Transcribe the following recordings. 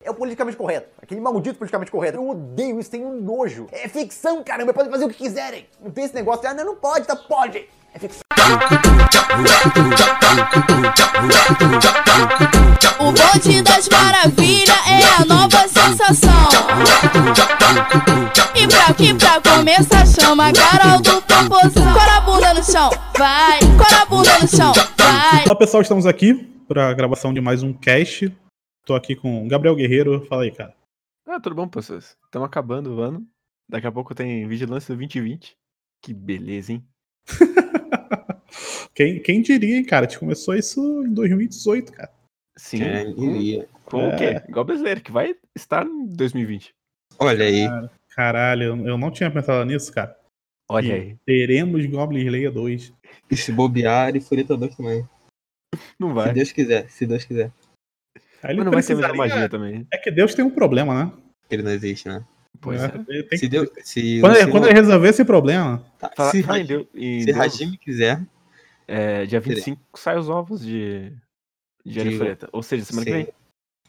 É politicamente correto. Aquele maldito politicamente correto. Eu odeio isso, tenho nojo. É ficção, caramba, podem fazer o que quiserem. Não tem esse negócio de, ah, não, não pode, tá, pode. É ficção. O bonde Um das maravilhas é a nova sensação. E pra que pra começar chama a Carol do Popozão. Cora a bunda no chão, vai. Cora a bunda no chão, vai. Olá pessoal, estamos aqui para a gravação de mais um cast. Tô aqui com o Gabriel Guerreiro. Fala aí, cara. Ah, tudo bom, pessoas? Estamos acabando o ano. Daqui a pouco tem Vigilância do 2020. Que beleza, hein? Quem, quem diria, hein, cara? A gente começou isso em 2018, cara. Sim. Quem Uhum. com- diria? Com o quê? Igual brasileiro, que vai estar em 2020. Olha aí. É. Caralho, eu- eu não tinha pensado nisso, cara. Olha E aí. Teremos Goblin Slayer 2. E se bobear e Furita 2 também. Não Se vai. Deus quiser, se Deus quiser. Aí ele Mas não vai ter mais precisaria- magia também. né? É que Deus tem um problema, né? Ele não existe, né? Pois é. Ele tem Se que- Deus. Se Quando, ele, Luciano- quando ele resolver esse problema, tá, Fala, se fala em Hajime- Deus- em se Deus. Hajime quiser, É, dia 25 sai os ovos de. De De- Arifureta. Ou seja, semana Sim. que vem.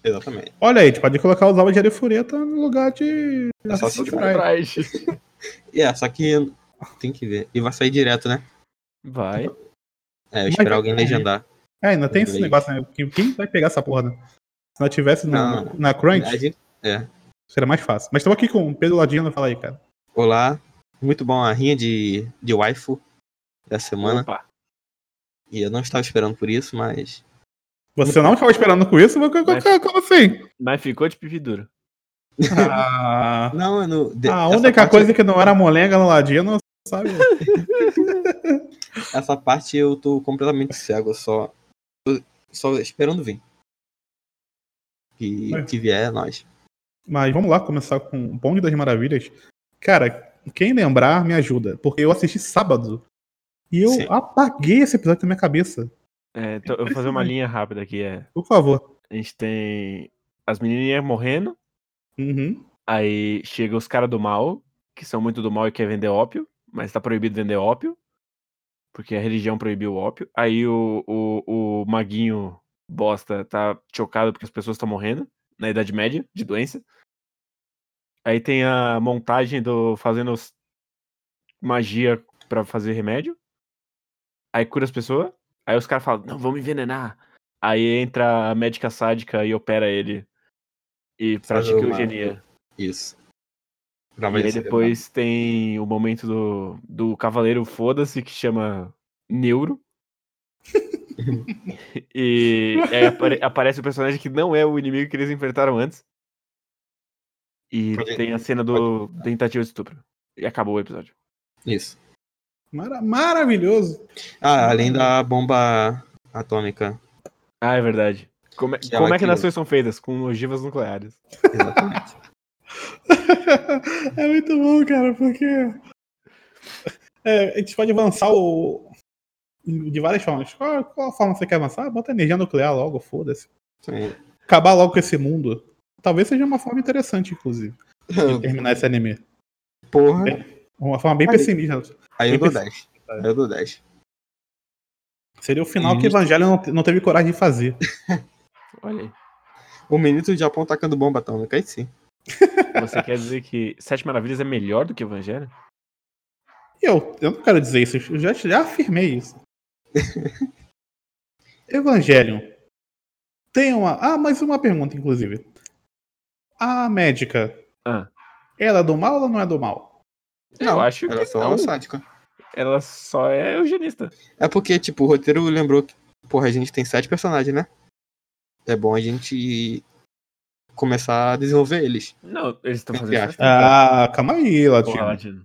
exatamente. olha aí, a gente pode colocar os alvos de Arifureta no lugar de É Assassin's Assassin's Creed. Pride. E é, só que tem que ver. E vai sair direto, né? Vai. É, eu Mas esperar vai alguém sair. legendar. É, ainda tem esse Inglês. negócio, né? Quem- Quem vai pegar essa porra, né? Se não tivesse na, Não. na A Crunch, gente- é. seria mais fácil. Mas estamos aqui com o Pedro Ladino, fala aí, cara. Olá. Muito bom a rinha de, de waifu da semana. Opa. E eu não estava esperando por isso, mas. Você não estava esperando com isso, mas co- co- co- como assim? Mas ficou de pipi duro. Ah, Não, eu não. de- a essa única parte- é- coisa que não era molenga no Ladino, sabe? Essa parte eu tô completamente cego, eu só. tô Só esperando vir. Que, Mas- que vier é nós. Mas vamos lá começar com o Bonde das Maravilhas. Cara, quem lembrar, me ajuda. Porque eu assisti sábado. E eu Sim. apaguei esse episódio da minha cabeça. É, então eu vou fazer uma Impressionante. linha rápida aqui. É, Por favor. a gente tem as menininhas morrendo, Uhum. aí chega os caras do mal, que são muito do mal e quer vender ópio, mas tá proibido vender ópio, porque a religião proibiu o ópio. Aí o, o, o maguinho bosta tá chocado porque as pessoas estão morrendo na Idade Média de doença. Aí tem a montagem do fazendo os- magia pra fazer remédio. Aí cura as pessoas. Aí os caras falam, não, vamos envenenar. Aí entra a médica sádica e opera ele. E pratica uma- eugenia. Isso. Pra E aí você- depois tem o momento do, do Cavaleiro Foda-se, que chama Neuro. e aí apare- aparece o personagem que não é o inimigo que eles enfrentaram antes. E Pode- tem a cena do tentativa de estupro. E acabou o episódio. né? Isso. Mara- maravilhoso. Ah, além da bomba atômica. Ah, é verdade. Como é, Que como ela é que criou. nações são feitas? Com ogivas nucleares. Exatamente. é muito bom, cara, porque. É, a gente pode avançar o... de várias formas. Qual, qual forma você quer avançar? Ah, Bota energia nuclear logo, foda-se. Sim. Acabar logo com esse mundo. Talvez seja uma forma interessante, inclusive, de terminar esse anime. Porra. Uma forma bem Aí. pessimista. Aí eu dou 10. Aí eu dou 10. Seria o final Hum. que Evangelho não, não teve coragem de fazer. Olha O menino do Um Japão tacando bomba atômica. Aí sim. aí. Você quer dizer que Sete Maravilhas é melhor do que Evangelho? E eu, eu não quero dizer isso, eu já, já afirmei isso. Evangelion. Tem uma. Ah, mais uma pergunta, inclusive. A médica, Ah, ela é do mal ou não é do mal? eu acho que Era só não. uma sádica. Ela só é eugenista. É porque, tipo, o roteiro lembrou que, porra, a gente tem sete personagens, né? É bom a gente começar a desenvolver eles. Não, eles estão Entre fazendo assim, tá? aspas. Ah, calma aí, Porra, Latino. Latino.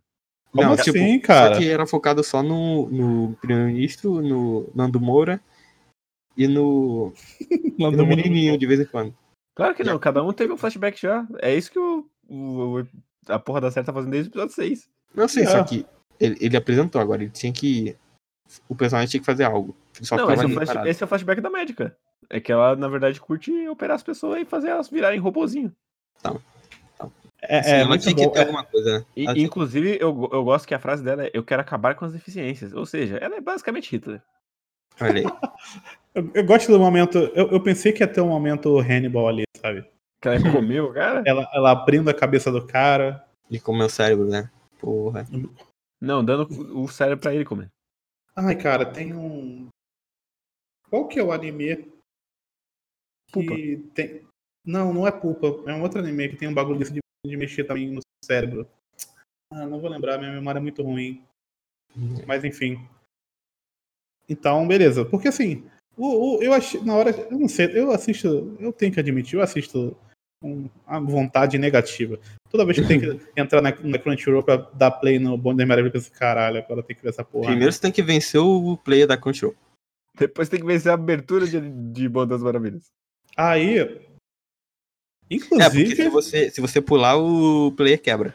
Como Não, tipo, assim, Só cara? que era focado só no, no primeiro-ministro, no Nando Moura e no, Lá e é do no mundo- menininho de vez em quando. Claro que não, cada um teve um flashback já. É isso que o, o- o- a porra da série tá fazendo desde o episódio 6. Não sei, Ah. assim, só que ele, ele apresentou agora, ele tinha que. O personagem tinha que fazer algo. Ele Só não, ficava esse é, o ali flash- parado. esse é o flashback da médica. É que ela, na verdade, curte operar as pessoas e fazer elas virarem robozinho. Assim, É, é ela muito tinha que bom. ter alguma coisa, né? E, Ela tinha- inclusive, eu, go- eu gosto que a frase dela é eu quero acabar com as deficiências. Ou seja, ela é basicamente Hitler. Olha aí. Eu, eu gosto do momento. Eu, eu pensei que ia ter um momento Hannibal ali, sabe? Que ela comeu, cara? Ela, ela prende a cabeça do cara. E comer o cérebro, né? Porra. Não, dando o cérebro pra ele comer. Ai, cara, tem um. Qual que é o anime que tem. Não, não é Pulpa. É um outro anime que tem um bagulho desse de, de mexer também no cérebro. Ah, não vou lembrar, minha memória é muito ruim. Mas enfim. Então, beleza. Porque assim, o, o- eu achei. Na hora. Eu não sei, eu assisto. Eu tenho que admitir, eu assisto com a vontade negativa. Toda vez que eu tenho que entrar na, na Crunchyroll pra dar play no Bonde da Maravilha, eu penso, caralho, agora tem que ver essa porra. Primeiro você tem que vencer o player da Control. Depois tem que vencer a abertura de, de Bom das Maravilhas. Aí. É, porque se Inclusive. você, se você pular, o player quebra.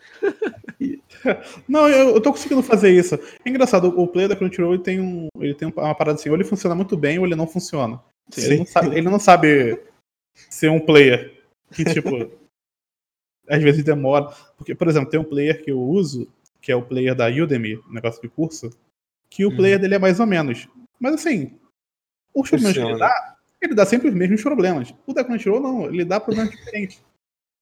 Não, eu, eu tô conseguindo fazer isso. É engraçado, o player da Crunchyroll ele tem, um, ele tem uma parada assim, ou ele funciona muito bem ou ele não funciona. Ele não sabe, ele não sabe ser um player. Que, tipo, às vezes demora. Porque, por exemplo, tem um player que eu uso, que é o player da Udemy, um negócio de curso, que o Hum. player dele é mais ou menos. Mas assim, os problemas que ele Funciona. dá, ele dá sempre os mesmos problemas. O da Crunchyroll não, ele dá problemas diferentes.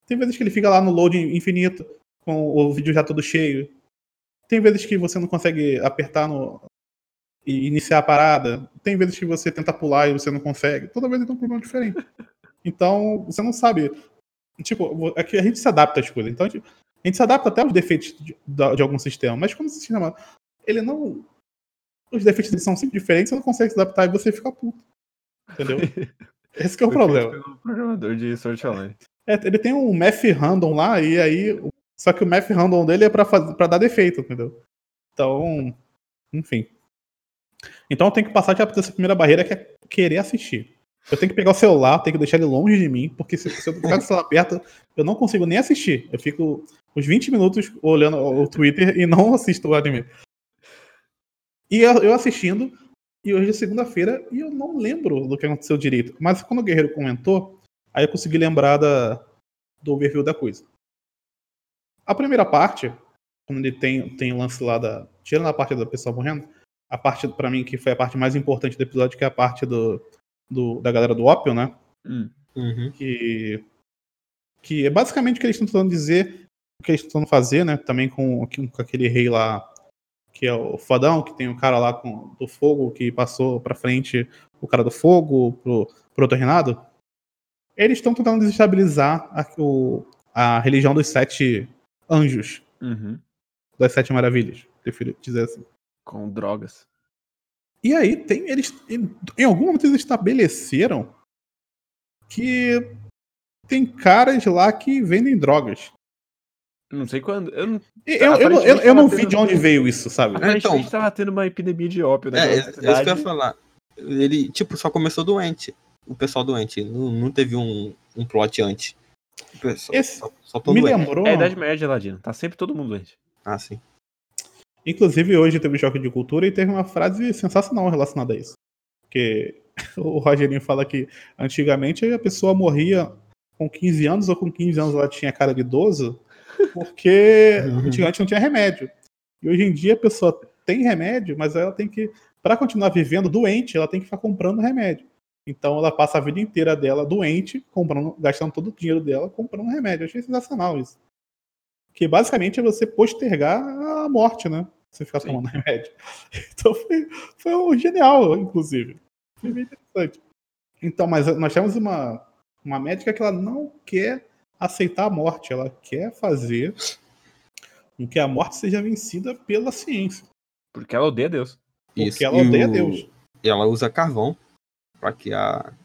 Tem vezes que ele fica lá no load infinito, com o vídeo já todo cheio. Tem vezes que você não consegue apertar no, e iniciar a parada. Tem vezes que você tenta pular e você não consegue. Toda vez tem um problema diferente. Então, você não sabe. Tipo, vo- é que a gente se adapta às coisas. Então, a gente, a gente se adapta até aos defeitos de, da- de algum sistema. Mas quando o sistema. Ele não. Os defeitos dele são sempre diferentes, você não consegue se adaptar e você fica puto. Entendeu? Esse que é o problema. O programador de Sword Art Online. É, ele tem um math random lá, e aí. Só que o math random dele é pra, faz- pra dar defeito, entendeu? Então. Enfim. Então eu tenho que passar de essa primeira barreira que é querer assistir. Eu tenho que pegar o celular, tenho que deixar ele longe de mim, porque se, se eu ficar com o celular perto, eu não consigo nem assistir. Eu fico uns 20 minutos olhando o o Twitter e não assisto o anime. E eu, eu assistindo, e hoje é segunda-feira, e eu não lembro do que aconteceu direito. Mas quando o Guerreiro comentou, Aí eu consegui lembrar da, do overview da coisa. A primeira parte, quando ele tem, tem o lance lá da. Tirando a parte da pessoa morrendo, a parte pra mim que foi a parte mais importante do episódio, que é a parte do, do- da galera do ópio, né? Hum. Uhum. Que, que é basicamente o que eles estão tentando dizer, o que eles estão tentando fazer, né? Também com, com aquele rei lá, que é o fodão, que tem o cara lá com, do fogo, que passou pra frente o cara do fogo, pro, pro outro reinado. Eles estão tentando desestabilizar a, o- a religião dos sete anjos, Uhum. das sete maravilhas, prefiro dizer assim. Com drogas. E aí tem eles em em algum momento eles estabeleceram que tem caras lá que vendem drogas. Eu Não sei quando. Eu não... E Eu, eu, não- eu, eu não vi de onde Aparentemente, veio isso, sabe? Ah, então. Aparentemente então... tava tendo uma epidemia de ópio É, naquela é, é isso que eu ia cidade. falar. Ele, tipo, só começou doente. O pessoal doente. Não, não teve um, um plot antes. O pessoal- Esse só, só tão me doente. lembrou. É a Idade Média, Ladino. Tá sempre todo mundo doente. Ah, sim. Inclusive, hoje teve choque de cultura e teve uma frase sensacional relacionada a isso. Que o Rogerinho fala que antigamente a pessoa morria com 15 anos ou com 15 anos ela tinha cara de idoso porque antigamente não tinha remédio. E hoje em dia a pessoa tem remédio, mas ela tem que, para continuar vivendo doente, ela tem que ficar comprando remédio. Então ela passa a vida inteira dela doente, comprando, gastando todo o dinheiro dela comprando remédio. Eu achei sensacional isso. Que basicamente é você postergar a morte, né? Você ficar Sim. tomando remédio. Então foi, foi um genial, inclusive. Foi bem interessante. Então, mas nós temos uma, uma médica que ela não quer aceitar a morte, ela quer fazer com que a morte seja vencida pela ciência. Porque ela odeia Deus. Porque Isso. ela E odeia o- Deus. E ela usa carvão pra criar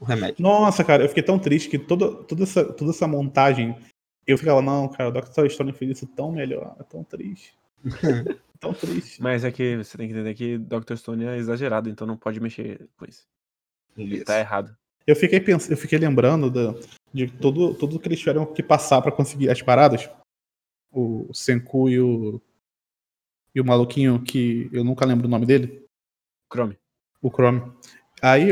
o remédio. Nossa, cara, eu fiquei tão triste que toda, toda, essa, toda essa montagem. Eu ficava, não, cara, o Dr. Stone fez isso tão melhor. É tão triste. É tão triste. Mas é que você tem que entender que Dr. Stone é exagerado, então não pode mexer com isso. Isso. Tá errado. Eu fiquei pensando, eu fiquei lembrando da- de tudo, tudo que eles tiveram que passar pra conseguir as paradas. O Senku e o. E o maluquinho que eu nunca lembro o nome dele. Chrome. o Chrome. Aí,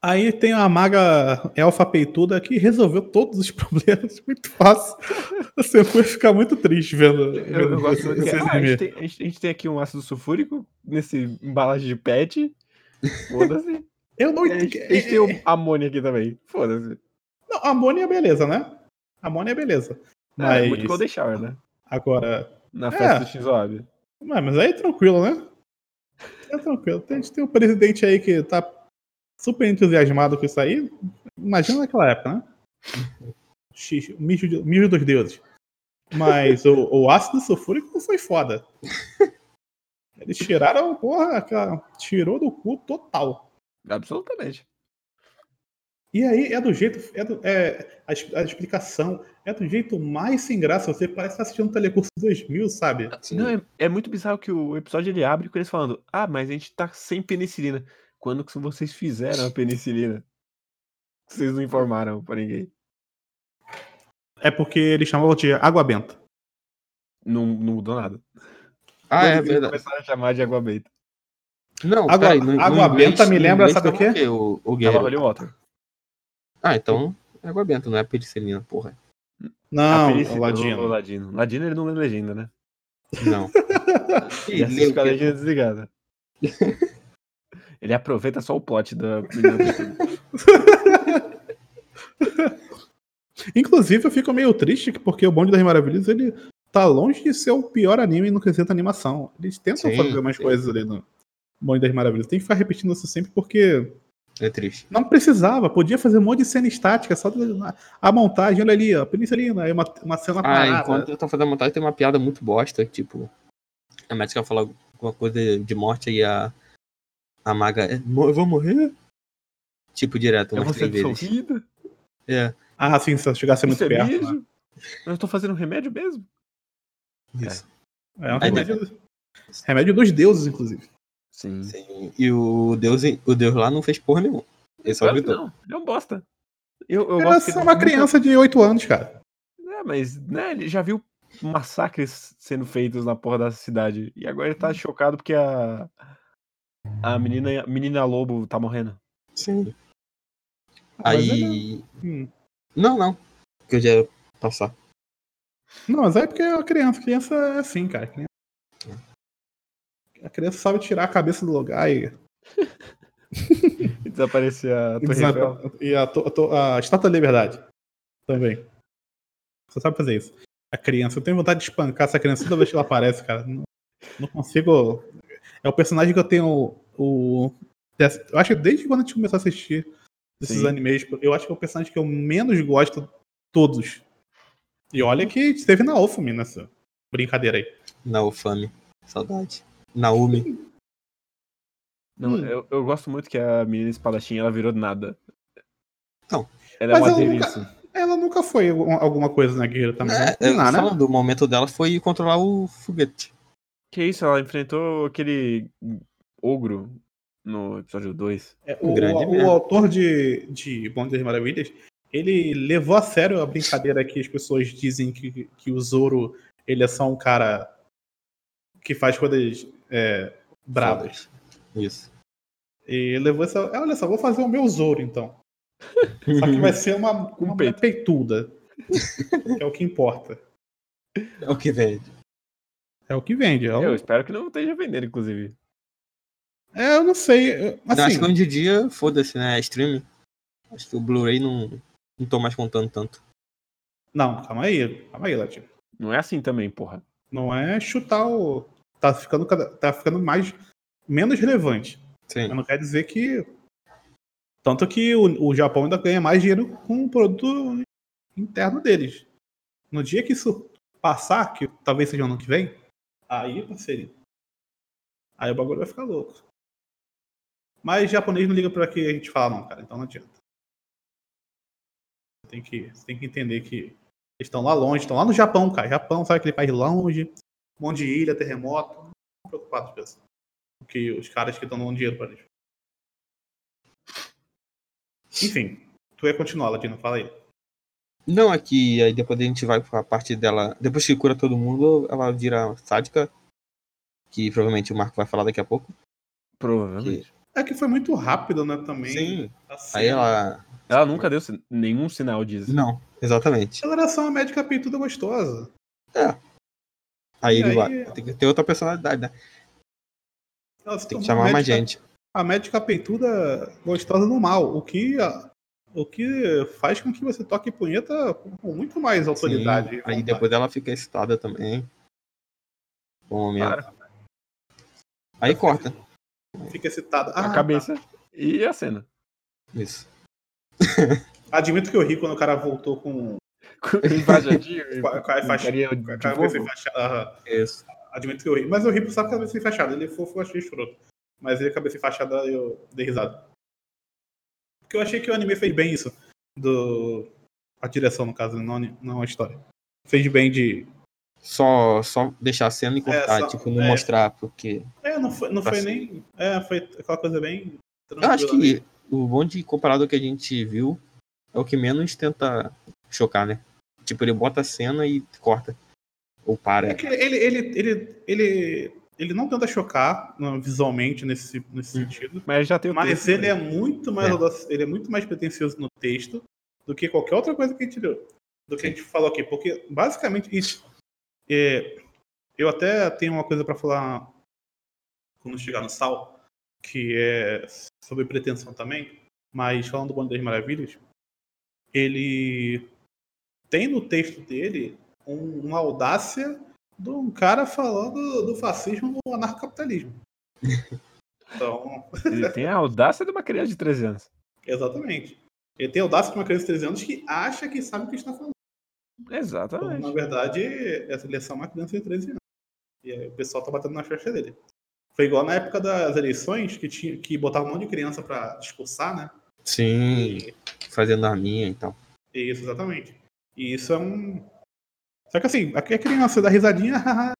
aí tem a maga elfa peituda que resolveu todos os problemas muito fácil. Você foi ficar muito triste vendo, Eu, eu vendo gosto muito que... esse ah, a, anime. gente tem, a gente- a gente tem aqui um ácido sulfúrico nesse embalagem de pet. Foda-se. Eu não A um gente, a entendi. gente tem o amônia aqui também. Foda-se. Não, a Mônia é beleza, né? A Mônia é beleza. Ah, Mas muito Golden Shower, né? agora. Na É. festa do Shinzo Abe. Ué, mas aí é tranquilo, né? É tranquilo. Tem, tem um presidente aí que tá super entusiasmado com isso aí. Imagina naquela época, né? Xixi, o mijo, de- mijo dos deuses. Mas o, o ácido sulfúrico foi foda. Eles tiraram, porra, aquela, tirou do cu total. Absolutamente. E aí é do jeito. É do- é, a, es- a explicação é do jeito mais sem graça. Você parece estar assistindo Telecurso 2000, sabe? Não, é, é muito bizarro que o episódio ele abre com eles falando: Ah, mas a gente tá sem penicilina. Quando que vocês fizeram a penicilina? Vocês não informaram pra ninguém. É porque ele chamava de água benta. Não, não mudou nada. Ah, é Quando eles verdade. Começaram a chamar de água benta. Não, Água- peraí, no- no água inglês- benta me no lembra, inglês sabe o tava quê? O, o Tava Guilherme? Holy Water. Ah, então é água benta, não é penicilina, porra. A Não, penicil- O, o Ladino. Ladino. Ladino ele não lê legenda, né? Não. Ele assiste com a Leu- legenda desligada. ele aproveita só o plot da. primeira temporada. Inclusive, eu fico meio triste que- porque o Bonde das Maravilhas ele tá longe de ser o pior anime no quesito animação. Eles tentam Sim, fazer umas sim. coisas ali no Bonde das Maravilhas. Tem que ficar repetindo isso sempre porque É triste. não precisava. Podia fazer um monte de cena estática, só a montagem. Olha ali, ó, penicilina, aí uma, uma cena Ah, parada. enquanto eu tô fazendo a montagem, tem uma piada muito bosta, que, tipo, a médica fala alguma coisa de morte e a, a maga, "É, mo- eu vou morrer? Tipo, direto, Eu umas vou ser três vezes. dissolvida? É, Ah, sim, se eu chegasse muito Isso é perto. né? mesmo? Eu tô fazendo um remédio mesmo? isso. É um Aí, remédio, remédio dos deuses, inclusive. Sim. Sim. E o deus, o deus lá não fez porra nenhuma. Ele só Claro que gritou. não. Ele é um bosta. Eu, eu Era gosto que é só ele- uma criança de 8 anos, cara. É, mas né, ele já viu massacres sendo feitos na porra da cidade. E agora Uhum. ele tá chocado porque a. A menina, a menina lobo tá morrendo. Sim. Mas era- Aí... Hum. Não, não. Que eu já ia passar. Não, mas é porque é uma criança. Criança é assim, cara. Criança- A criança sabe tirar a cabeça do lugar e, E desaparecer a e Torre desap- Eiffel. e a, to- a to- a estátua da liberdade também. Você sabe fazer isso. A criança, eu tenho vontade de espancar essa criança toda vez que ela aparece, cara. Não, não consigo. É o personagem que eu tenho o. dessa- Eu acho que desde quando a gente começou a assistir esses Sim. animes, eu acho que é o personagem que eu menos gosto de todos. E olha que esteve na Ofumi nessa brincadeira aí. Na Ufame. Saudade. Naomi. Não, Hum. eu, eu gosto muito que a menina espadachim ela virou nada. Não. Ela Mas é uma eu nunca- delícia. Ela nunca foi algum- alguma coisa na guerreira também. É, Não, eu- né? falando, o momento dela foi controlar o foguete. Que isso, ela enfrentou aquele ogro no episódio 2. É, o, um Grande o- o merda. autor de, de Bonde das Maravilhas, ele levou a sério a brincadeira que as pessoas dizem que, que o Zoro ele é só um cara que faz coisas é, bravas. Foda-se. Isso. E ele levou essa. "Ah, Olha só, vou fazer o meu Zoro então. Só que vai ser uma, Com uma peito. peituda. é o que importa. É o que vende. É o que vende. É, o- Eu espero que não esteja vendendo, inclusive. é, eu não sei. eu- Eu acho Assim, que hoje em dia, foda-se, né? É streaming. Acho que o Blu-ray não, não tô mais contando tanto. Não, calma aí. Calma aí, Latinho. Não é assim também, porra. Não é chutar o. Tá ficando, cada- tá ficando mais. menos relevante. Sim. Mas não quer dizer que. Tanto que o, o Japão ainda ganha mais dinheiro com o produto interno deles. No dia que isso passar, que talvez seja ano que vem, aí, parceiro. Aí o bagulho vai ficar louco. Mas japonês não liga pra que a gente fala, não, cara. Então não adianta. Tem que, você tem que entender que eles estão lá longe, estão lá no Japão, cara. Japão, sabe aquele país longe, um monte de ilha, terremoto. Não estão preocupados com isso. Com que os caras que estão dando dinheiro pra eles. Enfim, tu ia continuar, Ladino, fala aí. Não, é que aí depois a gente vai pra parte dela. Depois que cura todo mundo, ela vira sádica. Que provavelmente o Marco vai falar daqui a pouco. Provavelmente. É que foi muito rápido, né, também. Sim. Assim, Aí ela. Ela nunca deu sin- nenhum sinal disso. Não, exatamente. Ela era só uma médica peituda gostosa. Aí E ele aí- vai. Tem que ter outra personalidade, né? Ela se tornou Tem que uma chamar mais médica- gente. A médica peituda gostosa no mal. O que a- O que faz com que você toque punheta com muito mais autoridade. e Sim, aí vontade. depois ela fica excitada também. Bom momento. Claro. Aí corta. Fica excitado. Ah, a cabeça e a cena. Isso. tá. Admito que eu ri quando o cara voltou com, Embaixadinho. com a, com a faixa- carinha com a de cabeça bobo. fachada. Isso. Admito que eu ri. Mas eu ri por só com a cabeça fachada. Ele é fofo, eu achei escroto. Mas ele, é cabeça fachada, eu dei risada. Porque eu achei que o anime fez bem isso. Do... A direção, no caso, não, não a história. Fez bem de. Só, só deixar a cena e cortar, só- tipo, não é. mostrar, porque. É, não foi, não Tá foi certo. nem. É, foi aquela coisa bem. Eu acho tranquila, né? que o bom de comparado ao que a gente viu é o que menos tenta chocar, né? Tipo, ele bota a cena e corta. Ou para. É que ele, ele, ele, ele, ele não tenta chocar não, visualmente nesse, nesse Hum. sentido, Mas já tem o mas texto, ele né? é muito mais É. audac- ele é muito mais pretensioso no texto do que qualquer outra coisa que a gente leu, do que a gente falou aqui, porque basicamente isso. É, eu até tenho uma coisa pra falar quando chegar no sal, que é sobre pretensão também, mas falando do Bonde das Maravilhas, ele tem no texto dele um- uma audácia de um cara falando do fascismo do anarcocapitalismo. Então, Ele tem a audácia de uma criança de 13 anos. Exatamente. Ele tem a audácia de uma criança de 13 anos que acha que sabe o que está falando. Quando, na Exatamente. verdade, essa eleição é uma criança de 13 anos. E aí o pessoal tá batendo na festa dele. Foi igual na época das eleições, que, tinha, que botava um monte de criança para discursar, né? Sim, fazendo arminha e tal. Isso, exatamente. E isso é um. Só que assim, aqui a criança dá risadinha, haha,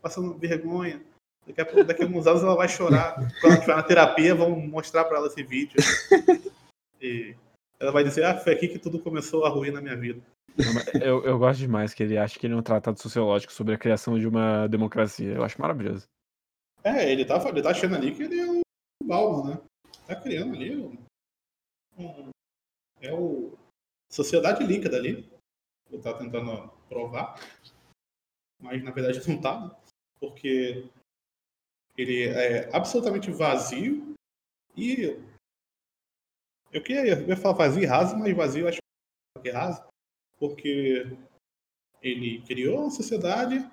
passando vergonha. Daqui a, pouco- daqui a uns anos ela vai chorar. Quando ela estiver na terapia, vão mostrar pra ela esse vídeo. E ela vai dizer, ah, foi aqui que tudo começou a ruir na minha vida. Eu, eu gosto demais que ele acha que ele é um tratado sociológico sobre a criação de uma democracia. Eu acho maravilhoso. É, ele tá, ele tá achando ali que ele é um balma, né? Tá criando ali um, um- é o Sociedade Líquida ali. Ele tá tentando provar. Mas na verdade não tá, né? Porque ele é absolutamente vazio e. Eu queria eu ia falar vazio e raso, mas vazio eu acho que é raso. Porque ele criou uma sociedade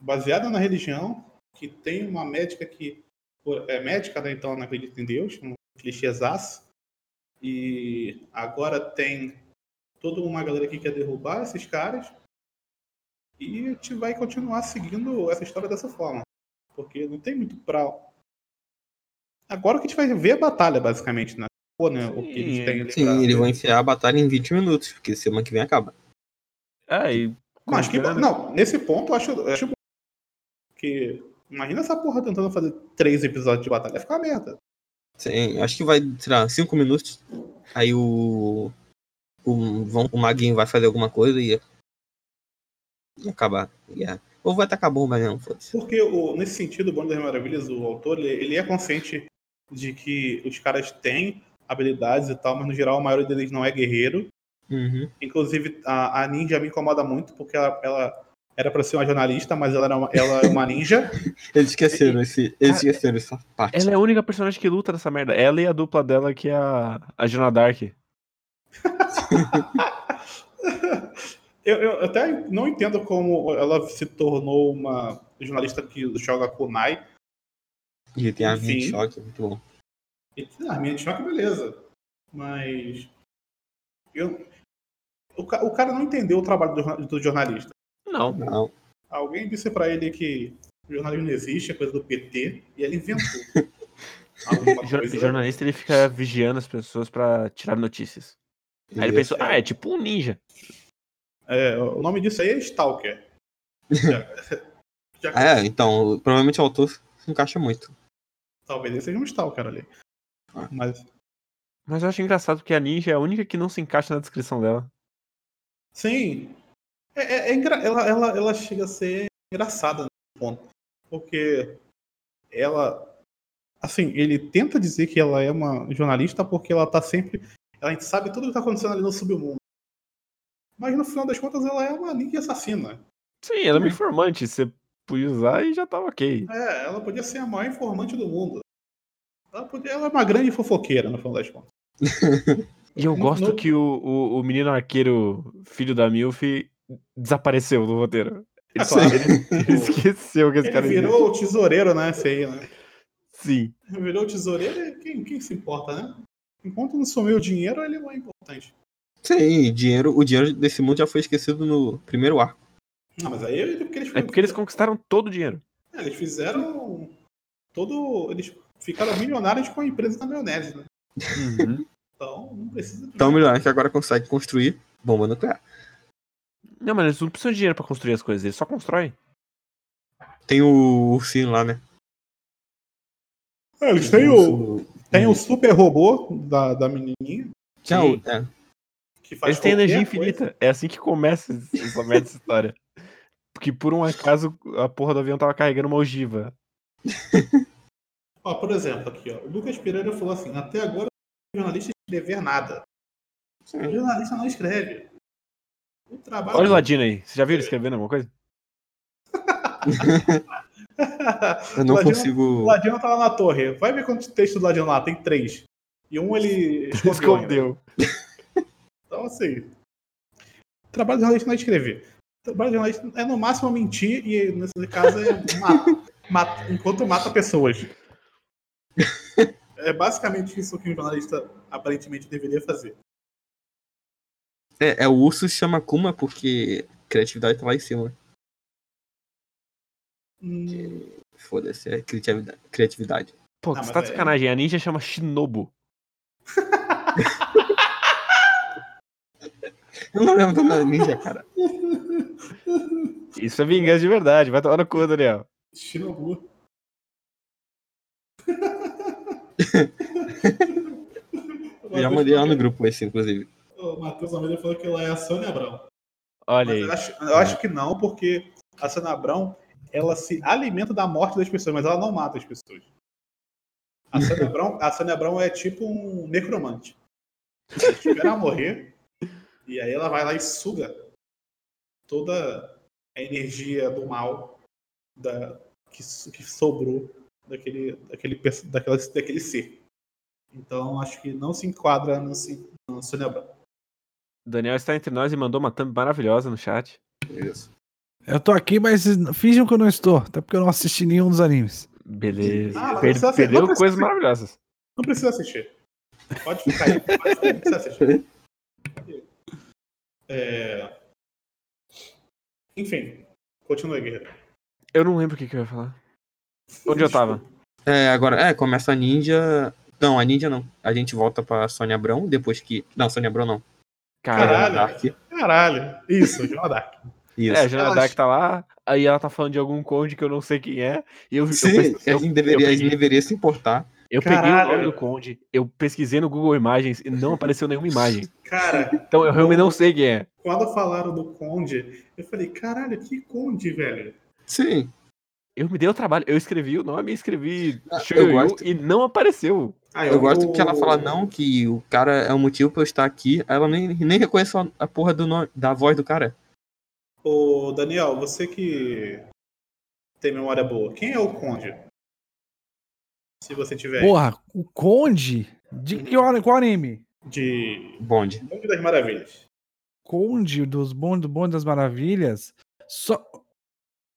baseada na religião, que tem uma médica que pô, é médica, né? então ela não acredita em Deus, um clichêzaço. E agora tem toda uma galera que quer derrubar esses caras. E a gente vai continuar seguindo essa história dessa forma. Porque não tem muito pra. Agora o que a gente vai ver é a batalha, basicamente, né? Pô, né? O que eles têm ali Sim, pra- eles vão enfiar a batalha em 20 minutos, porque semana que vem acaba. Ah, e Não, acho que, Considerando- não, nesse ponto eu acho, eu acho bom. que imagina essa porra tentando fazer três episódios de batalha, fica uma merda. Sim, acho que vai, sei lá, 5 minutos. Aí o. O, vão, o Maguinho vai fazer alguma coisa e. E acabar. E é. Ou vai tacar bomba mesmo, foda-se. Porque o- nesse sentido, o Bonde das Maravilhas, o autor, ele, ele é consciente de que os caras têm habilidades e tal, mas no geral a maioria deles não é guerreiro. Uhum. Inclusive a, a ninja me incomoda muito porque ela, ela era pra ser uma jornalista, mas ela, era uma, ela é uma ninja. Eles esqueceram esse. Eles esqueceram essa parte. ela é a única personagem que luta nessa merda. Ela e a dupla dela, que é a, a Jonah Dark. Eu, eu até não entendo como ela se tornou uma jornalista que joga kunai, é E tem a minha de Sim. choque, muito bom. Ah, a minha de choque, beleza. Mas. Eu... O, ca- o cara não entendeu o trabalho do, jorna- do jornalista. Não. Não. Alguém disse pra ele que o jornalismo não existe, é coisa do PT, e ele inventou. Alguma Jo- coisa. jornalista, ele fica vigiando as pessoas pra tirar notícias. Aí ele pensou, ah, é tipo um ninja. É, o nome disso aí é Stalker. Já, já- Ah, é, então, provavelmente o autor se encaixa muito. Talvez ele seja um Stalker ali. Ah. Mas. Mas eu acho engraçado porque a ninja é a única que não se encaixa na descrição dela. Sim. É, é- é engra- ela, ela, ela chega a ser engraçada nesse ponto. Porque ela. Assim, ele tenta dizer que ela é uma jornalista porque ela tá sempre. Ela sabe tudo o que tá acontecendo ali no submundo. Mas no final das contas ela é uma ninja assassina. Sim, ela é Né? uma informante. Você podia usar e já tava ok. É, ela podia ser a maior informante do mundo. Ela, podia, ela é uma grande fofoqueira, no final das contas. E eu No- gosto no- que o, o, o menino arqueiro, filho da Milf, desapareceu do roteiro. Ele, Ah, claro. ele- ele esqueceu que esse Ele cara é virou o tesoureiro, né? Esse aí, né? Sim. Virou o tesoureiro, quem, quem se importa, né? Enquanto não sumiu o dinheiro, ele não é importante. Sim, dinheiro, o dinheiro desse mundo já foi esquecido no primeiro arco. Não, Ah, mas aí ele- porque eles, É porque eles conquistaram todo o dinheiro. É, eles fizeram todo. Eles ficaram milionários com a empresa da maionese, né? Então não precisa. de- Então, melhor que agora consegue construir bomba nuclear. Não, mas eles não precisam de dinheiro pra construir as coisas, eles só constroem. Tem o ursinho lá, né? É, eles têm o, tem o super robô da, da menininha. Já o- Hum, é. Que faz Eles têm qualquer energia coisa. infinita. É assim que começa essa merda dessa história. Porque por um acaso a porra do avião tava carregando uma ogiva. Ó, por exemplo, aqui, ó, o Lucas Pereira falou assim: até agora o jornalista escrever nada. O jornalista não escreve. O trabalho. Olha o Ladino aí. Você já viu ele escrevendo alguma coisa? Eu não Ladino- consigo. O Ladino tá lá na torre. Vai ver quantos textos do Ladino lá, tem três. E um ele escondeu. ainda. Escondeu. Então, assim. O trabalho do jornalista não é escrever. O trabalho do jornalista é no máximo mentir e, nesse caso, é ma- mata- enquanto mata pessoas. É basicamente isso que um jornalista aparentemente deveria fazer. É, é, o urso se chama Kuma porque criatividade tá lá em cima. Hum, Foda-se, é criatividade. criatividade. Pô, Ah, você mas tá de é- sacanagem. A ninja chama Shinobu. Eu não lembro do nome da ninja, cara. Isso é vingança de verdade. Vai tomar no cu, Daniel. Shinobu. Eu já mandei lá no grupo esse, inclusive. O Matheus Almeida falou que ela é a Sônia Abrão. Olha Mas eu aí. acho, eu acho que não, porque a Sônia Abrão, ela se alimenta da morte das pessoas, mas ela não mata as pessoas. A Sônia Abrão, a Sônia Abrão é tipo um necromante. Ela espera morrer, e aí ela vai lá e suga toda a energia do mal da, que, so- que sobrou daquele, daquele, perso- daquela, daquele ser. Então acho que não se enquadra no, Si- no Sônia Abrão. O Daniel está entre nós e mandou uma thumb maravilhosa no chat. Isso. Eu tô aqui, mas finjam que eu não estou, até porque eu não assisti nenhum dos animes. Beleza. Ah, mas Per- você acertou, perdeu mas- coisas maravilhosas. Não precisa assistir. Pode ficar aí. Pode ficar aí, não precisa assistir. É... Enfim, continua, guerreiro. Eu não lembro o que, que eu ia falar. Onde eu tava? É, agora, é, começa a ninja. Não, a ninja não. A gente volta pra Sônia Abrão depois que. Não, Sônia Abrão não. Cara. Caralho. Joana Dark. Caralho. Isso, Jonadak. Isso. É, a É, Jana Ela- Dark tá lá, aí ela tá falando de algum conde que eu não sei quem é. E eu, eu Sim, pesquisei- a gente deveria, eu a peguei- gente deveria se importar. eu peguei o nome Caralho. do conde, eu pesquisei no Google Imagens e não apareceu nenhuma imagem. Cara, Então eu realmente não sei quem é. quando falaram do Conde, eu falei, caralho, que Conde, velho. Sim. Eu me dei o trabalho, eu escrevi o nome, escrevi Ah, eu Shiryu gosto. e não apareceu. Ah, Eu gosto que ela fala não, que o cara é o motivo pra eu estar aqui. Aí Ela nem, nem reconhece a- a porra do nome, da voz do cara. Ô, Daniel, você que tem memória boa, quem é o Conde? Se você tiver Porra, o Conde? De que hora- qual anime? de Bonde. Conde das Maravilhas. Conde dos Bonde, do Bonde das Maravilhas? Só.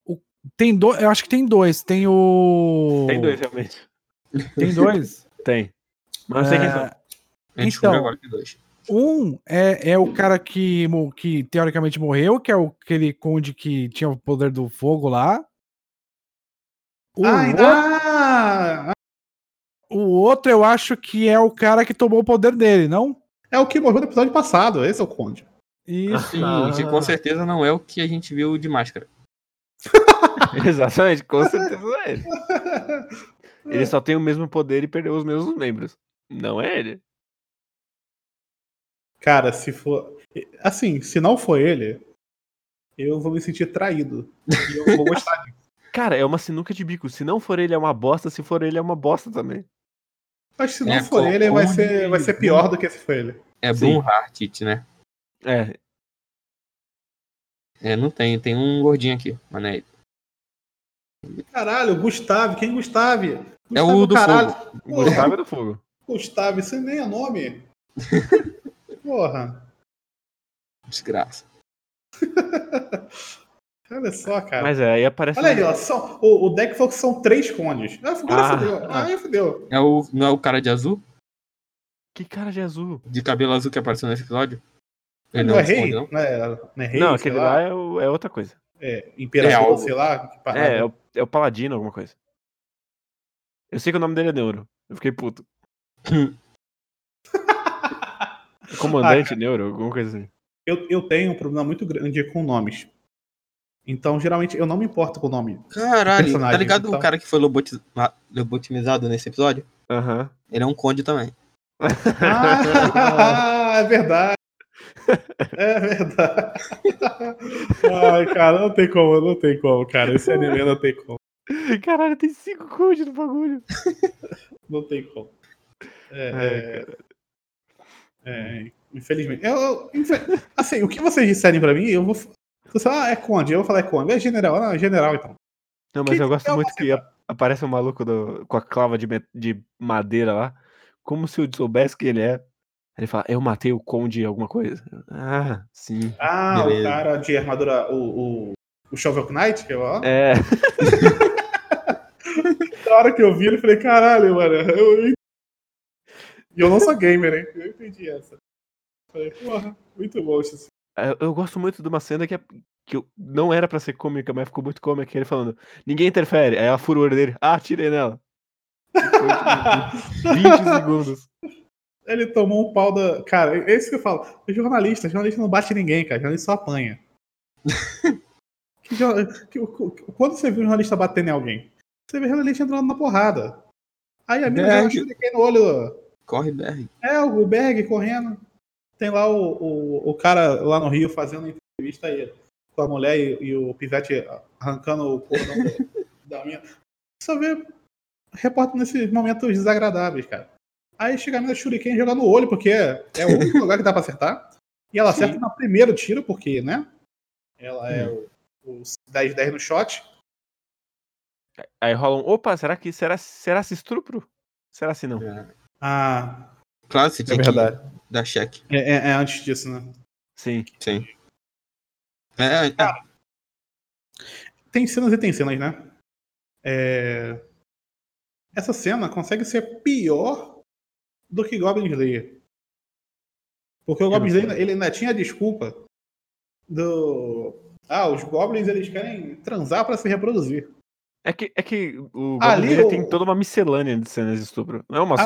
o- Tem dois. Eu acho que tem dois. Tem o. Tem dois, realmente. Tem dois? Oh. Tem. Mas não sei quem É, são. A gente Então. descobriu agora que é dois. Um é, é o cara que, mo- que teoricamente morreu, que é o, aquele conde que tinha o poder do fogo lá. O, Ai, outro, ah, o outro eu acho que é o cara que tomou o poder dele, não? É o que morreu no episódio passado, esse é o Conde. Isso. Sim, Ah. que com certeza não é o que a gente viu de máscara. Exatamente, com certeza não é ele. Ele só tem o mesmo poder e perdeu os mesmos membros. Não é ele. Cara, se for. Assim, se não for ele, eu vou me sentir traído. E eu vou gostar disso. Cara, é uma sinuca de bico. Se não for ele, é uma bosta. Se for ele, é uma bosta também. Mas se não É, for com- ele, vai com ser, vai ser pior do que se for ele. É Sim. Blumhardt, né? É. É, não tem, tem um gordinho aqui, mas não é ele. Caralho, o Gustavo, quem Gustavo? É o do caralho. fogo. Gustavo é do fogo. Gustavo, isso nem é nome. Porra. Desgraça. Olha só, cara. Mas é, aí aparece. Olha aí, ó. Só, o, o deck falou que são três cones. Ah, agora Ah. fodeu. Ah, aí fodeu. É o, não é o cara de azul? Que cara de azul. De cabelo azul que apareceu nesse episódio? Ele um Não é rei? responde, Não é, não é rei? não, sei aquele lá. lá é, o- é outra coisa. É, imperador, É, o- sei lá. que parada. É, é o, é o Paladino, alguma coisa. Eu sei que o nome dele é Neuro. Eu fiquei puto. Comandante Neuro, alguma coisa assim. eu, eu tenho um problema muito grande com nomes. Então, geralmente, eu não me importo com o nome. Caralho, tá Personagem, ligado então. o cara que foi lobotiz- ma- lobotimizado nesse episódio? Aham. Ele é um conde também. Ah, é verdade. É verdade. Ai, cara, não tem como, não tem como, cara. Esse anime não tem como. Caralho, tem cinco codes no bagulho. Não tem como. É, Ai, é, é, infelizmente. Eu- eu- infe- Assim, o que vocês disserem pra mim, eu vou. f- Você fala, ah, é Conde, eu vou falar é Conde. É general, não, é general então. Não, mas Que- eu gosto que é o muito que a- aparece um maluco do- com a clava de, me- de madeira lá. Como se eu soubesse quem ele é. Ele fala, eu matei o conde alguma coisa. Ah, sim. Ah, Beleza. o cara de armadura, o, o, o Shovel Knight, que é lá. É, Na hora que eu vi, eu falei, caralho, mano. Eu... eu- E eu não sou gamer, hein? Eu entendi essa. Falei, porra, muito bom isso. Eu- é, Eu gosto muito de uma cena que, é- que eu- não era pra ser cômica, mas ficou muito cômica. Ele falando, ninguém interfere. Aí ela fura o olho dele, ah, atirei nela. Foi, tipo, 20 segundos. Ele tomou um pau da. Cara, é isso que eu falo. É jornalista, jornalista não bate ninguém, cara. Jornalista só apanha. Que jor- que- que- Quando você viu um jornalista batendo em alguém? Você vê jornalista entrando na porrada. Aí a mina já Berg. ajuda quem no olho. Corre, BR. É, o Berg correndo. Tem lá o, o, o cara lá no Rio fazendo entrevista aí com a mulher e, e o Pivete arrancando o cordão da, da minha. Só vê repórter nesses momentos desagradáveis, cara. Aí chega a mina Shuriken joga no olho, porque é o único lugar que dá pra acertar. E ela acerta no primeiro tiro, porque, né? Ela é o, o 10-10 no shot. Aí rolam, opa, será que será, será se estupro? Será se não? Ah, Claro, você tinha que dar cheque. É, é- é antes disso, né? Sim. É, é, Ah, tem cenas e tem cenas, né? É, Essa cena consegue ser pior do que Goblin Slayer. Porque o Goblin não sei. Slayer ele ainda tinha a desculpa do. Ah, os Goblins eles querem transar pra se reproduzir. É que, é que o Ali Goblin o- tem toda uma miscelânea de cenas de estupro. Não é uma só.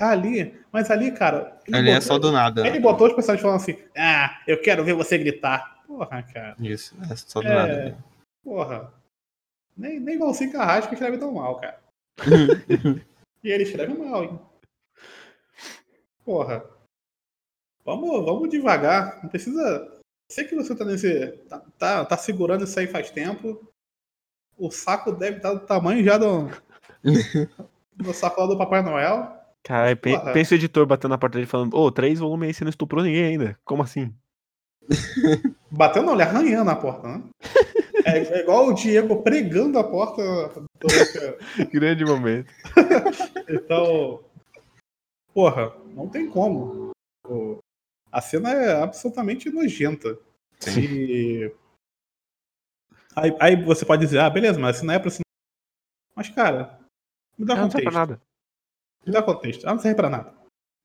Ah, ali, mas ali, cara. ele é botou- só do nada. Ele né? botou os personagens falando assim: Ah, eu quero ver você gritar. Porra, cara. Isso, é só do É. nada. né? Porra. Nem, nem Valcim Carrasco escreve tão mal, cara. e ele escreve mal, hein? Porra. Vamos, vamos devagar. Não precisa. Sei que você tá nesse. Tá, tá, tá segurando isso aí faz tempo. O saco deve estar do tamanho já do. do saco lá do Papai Noel. Caralho, pe- porra. pensa o editor batendo na porta dele falando, ô, três volumes aí, você não estuprou ninguém ainda. Como assim? Bateu não, ele arranhando a porta, né? É, é igual o Diego pregando a porta do, Grande momento. Então, porra, não tem como. O- A cena é absolutamente nojenta. E... Aí, aí você pode dizer, ah, beleza, mas assim não é pra cena. Mas, cara, me dá Não, não contexto. serve pra nada. Me dá contexto. Ah, não serve pra nada.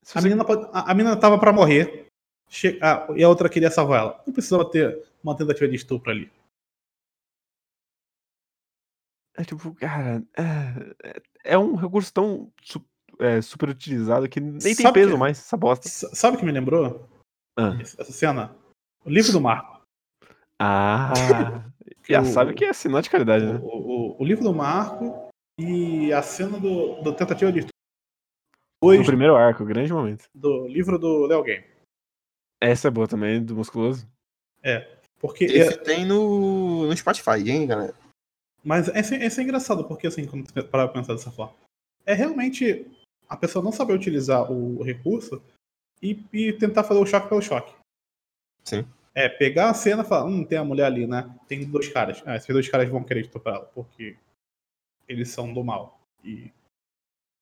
Se A você- menina, pode- a, a menina tava pra morrer. Che- ah, e a outra queria salvar ela. Não precisava ter uma tentativa de estupro ali. É tipo, cara, é, é- é um recurso tão su- é, super utilizado que nem tem Sabe peso que- é? mais, essa bosta. S- sabe o que me lembrou? Ah. Essa essa cena? O livro do Marco. Ah, Que já o- sabe que é sinal de caridade, né? o, o- o livro do Marco e a cena do, do Tentativa de No Dois primeiro arco, grande momento. do livro do Léo Game. Essa é boa também, do musculoso. Porque, é- Esse tem no, no Spotify, hein, galera? mas esse, esse é engraçado, porque assim, quando você para pra pensar dessa forma, é realmente a pessoa não saber utilizar o recurso e, e tentar fazer o choque pelo choque. Sim. É, pegar a cena e falar, hum, tem a mulher ali, né? Tem dois caras. Ah, esses dois caras vão querer estuprar ela, porque eles são do mal. E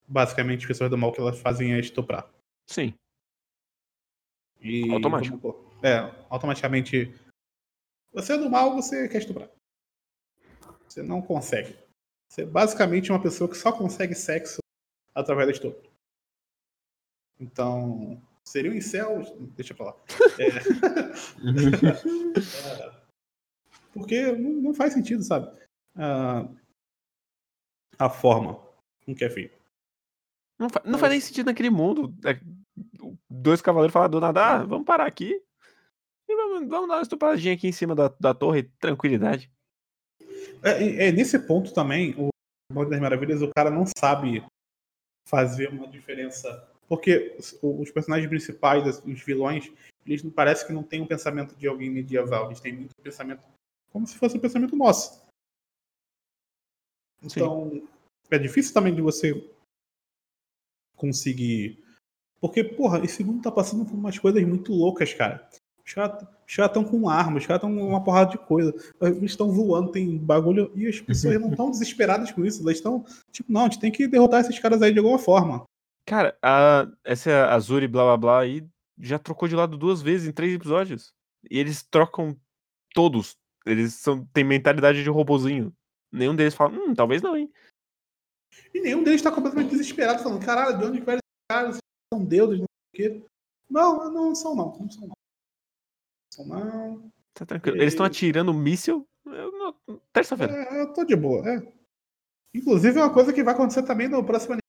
basicamente as pessoas do mal que elas fazem é estuprar. Sim. E Automático. É, automaticamente. Você é do mal, você quer estuprar. Você não consegue. Você é basicamente uma pessoa que só consegue sexo através do estupro. Então, seria um incel. Deixa eu falar. Porque não, não faz sentido, sabe? Ah, a forma com que é feito. Não, fa- É. não faz nem sentido naquele mundo. É, dois cavaleiros falaram do nada, ah, É. vamos parar aqui. E vamos, vamos dar uma estupradinha aqui em cima da, da torre, tranquilidade. É, e- é nesse ponto também, o Mundo das Maravilhas, o cara não sabe fazer uma diferença. Porque os, os personagens principais, os vilões, eles não- parece que não têm um pensamento de alguém medieval. Eles têm muito pensamento como se fosse um pensamento nosso. Então, é difícil também de você conseguir. Porque, porra, esse mundo tá passando por umas coisas muito loucas, cara. Os caras estão com armas, os caras estão com uma porrada de coisa eles estão voando, tem bagulho, e as pessoas não estão desesperadas com isso, elas estão, tipo, não, a gente tem que derrotar esses caras aí de alguma forma. Cara, a, essa Azuri blá blá blá aí já trocou de lado duas vezes em três episódios. E eles trocam todos. Eles são, têm mentalidade de robozinho. Nenhum deles fala, hum, talvez não, hein? E nenhum deles tá completamente desesperado, falando, caralho, de onde vai esses caras? Vocês são deuses, não sei o quê. Não, não são não, não são não. São não. Tá tranquilo. Eles estão E- atirando míssil. Eu não- Terça-feira. É, eu tô de boa, é. Inclusive é uma coisa que vai acontecer também no próximo anime.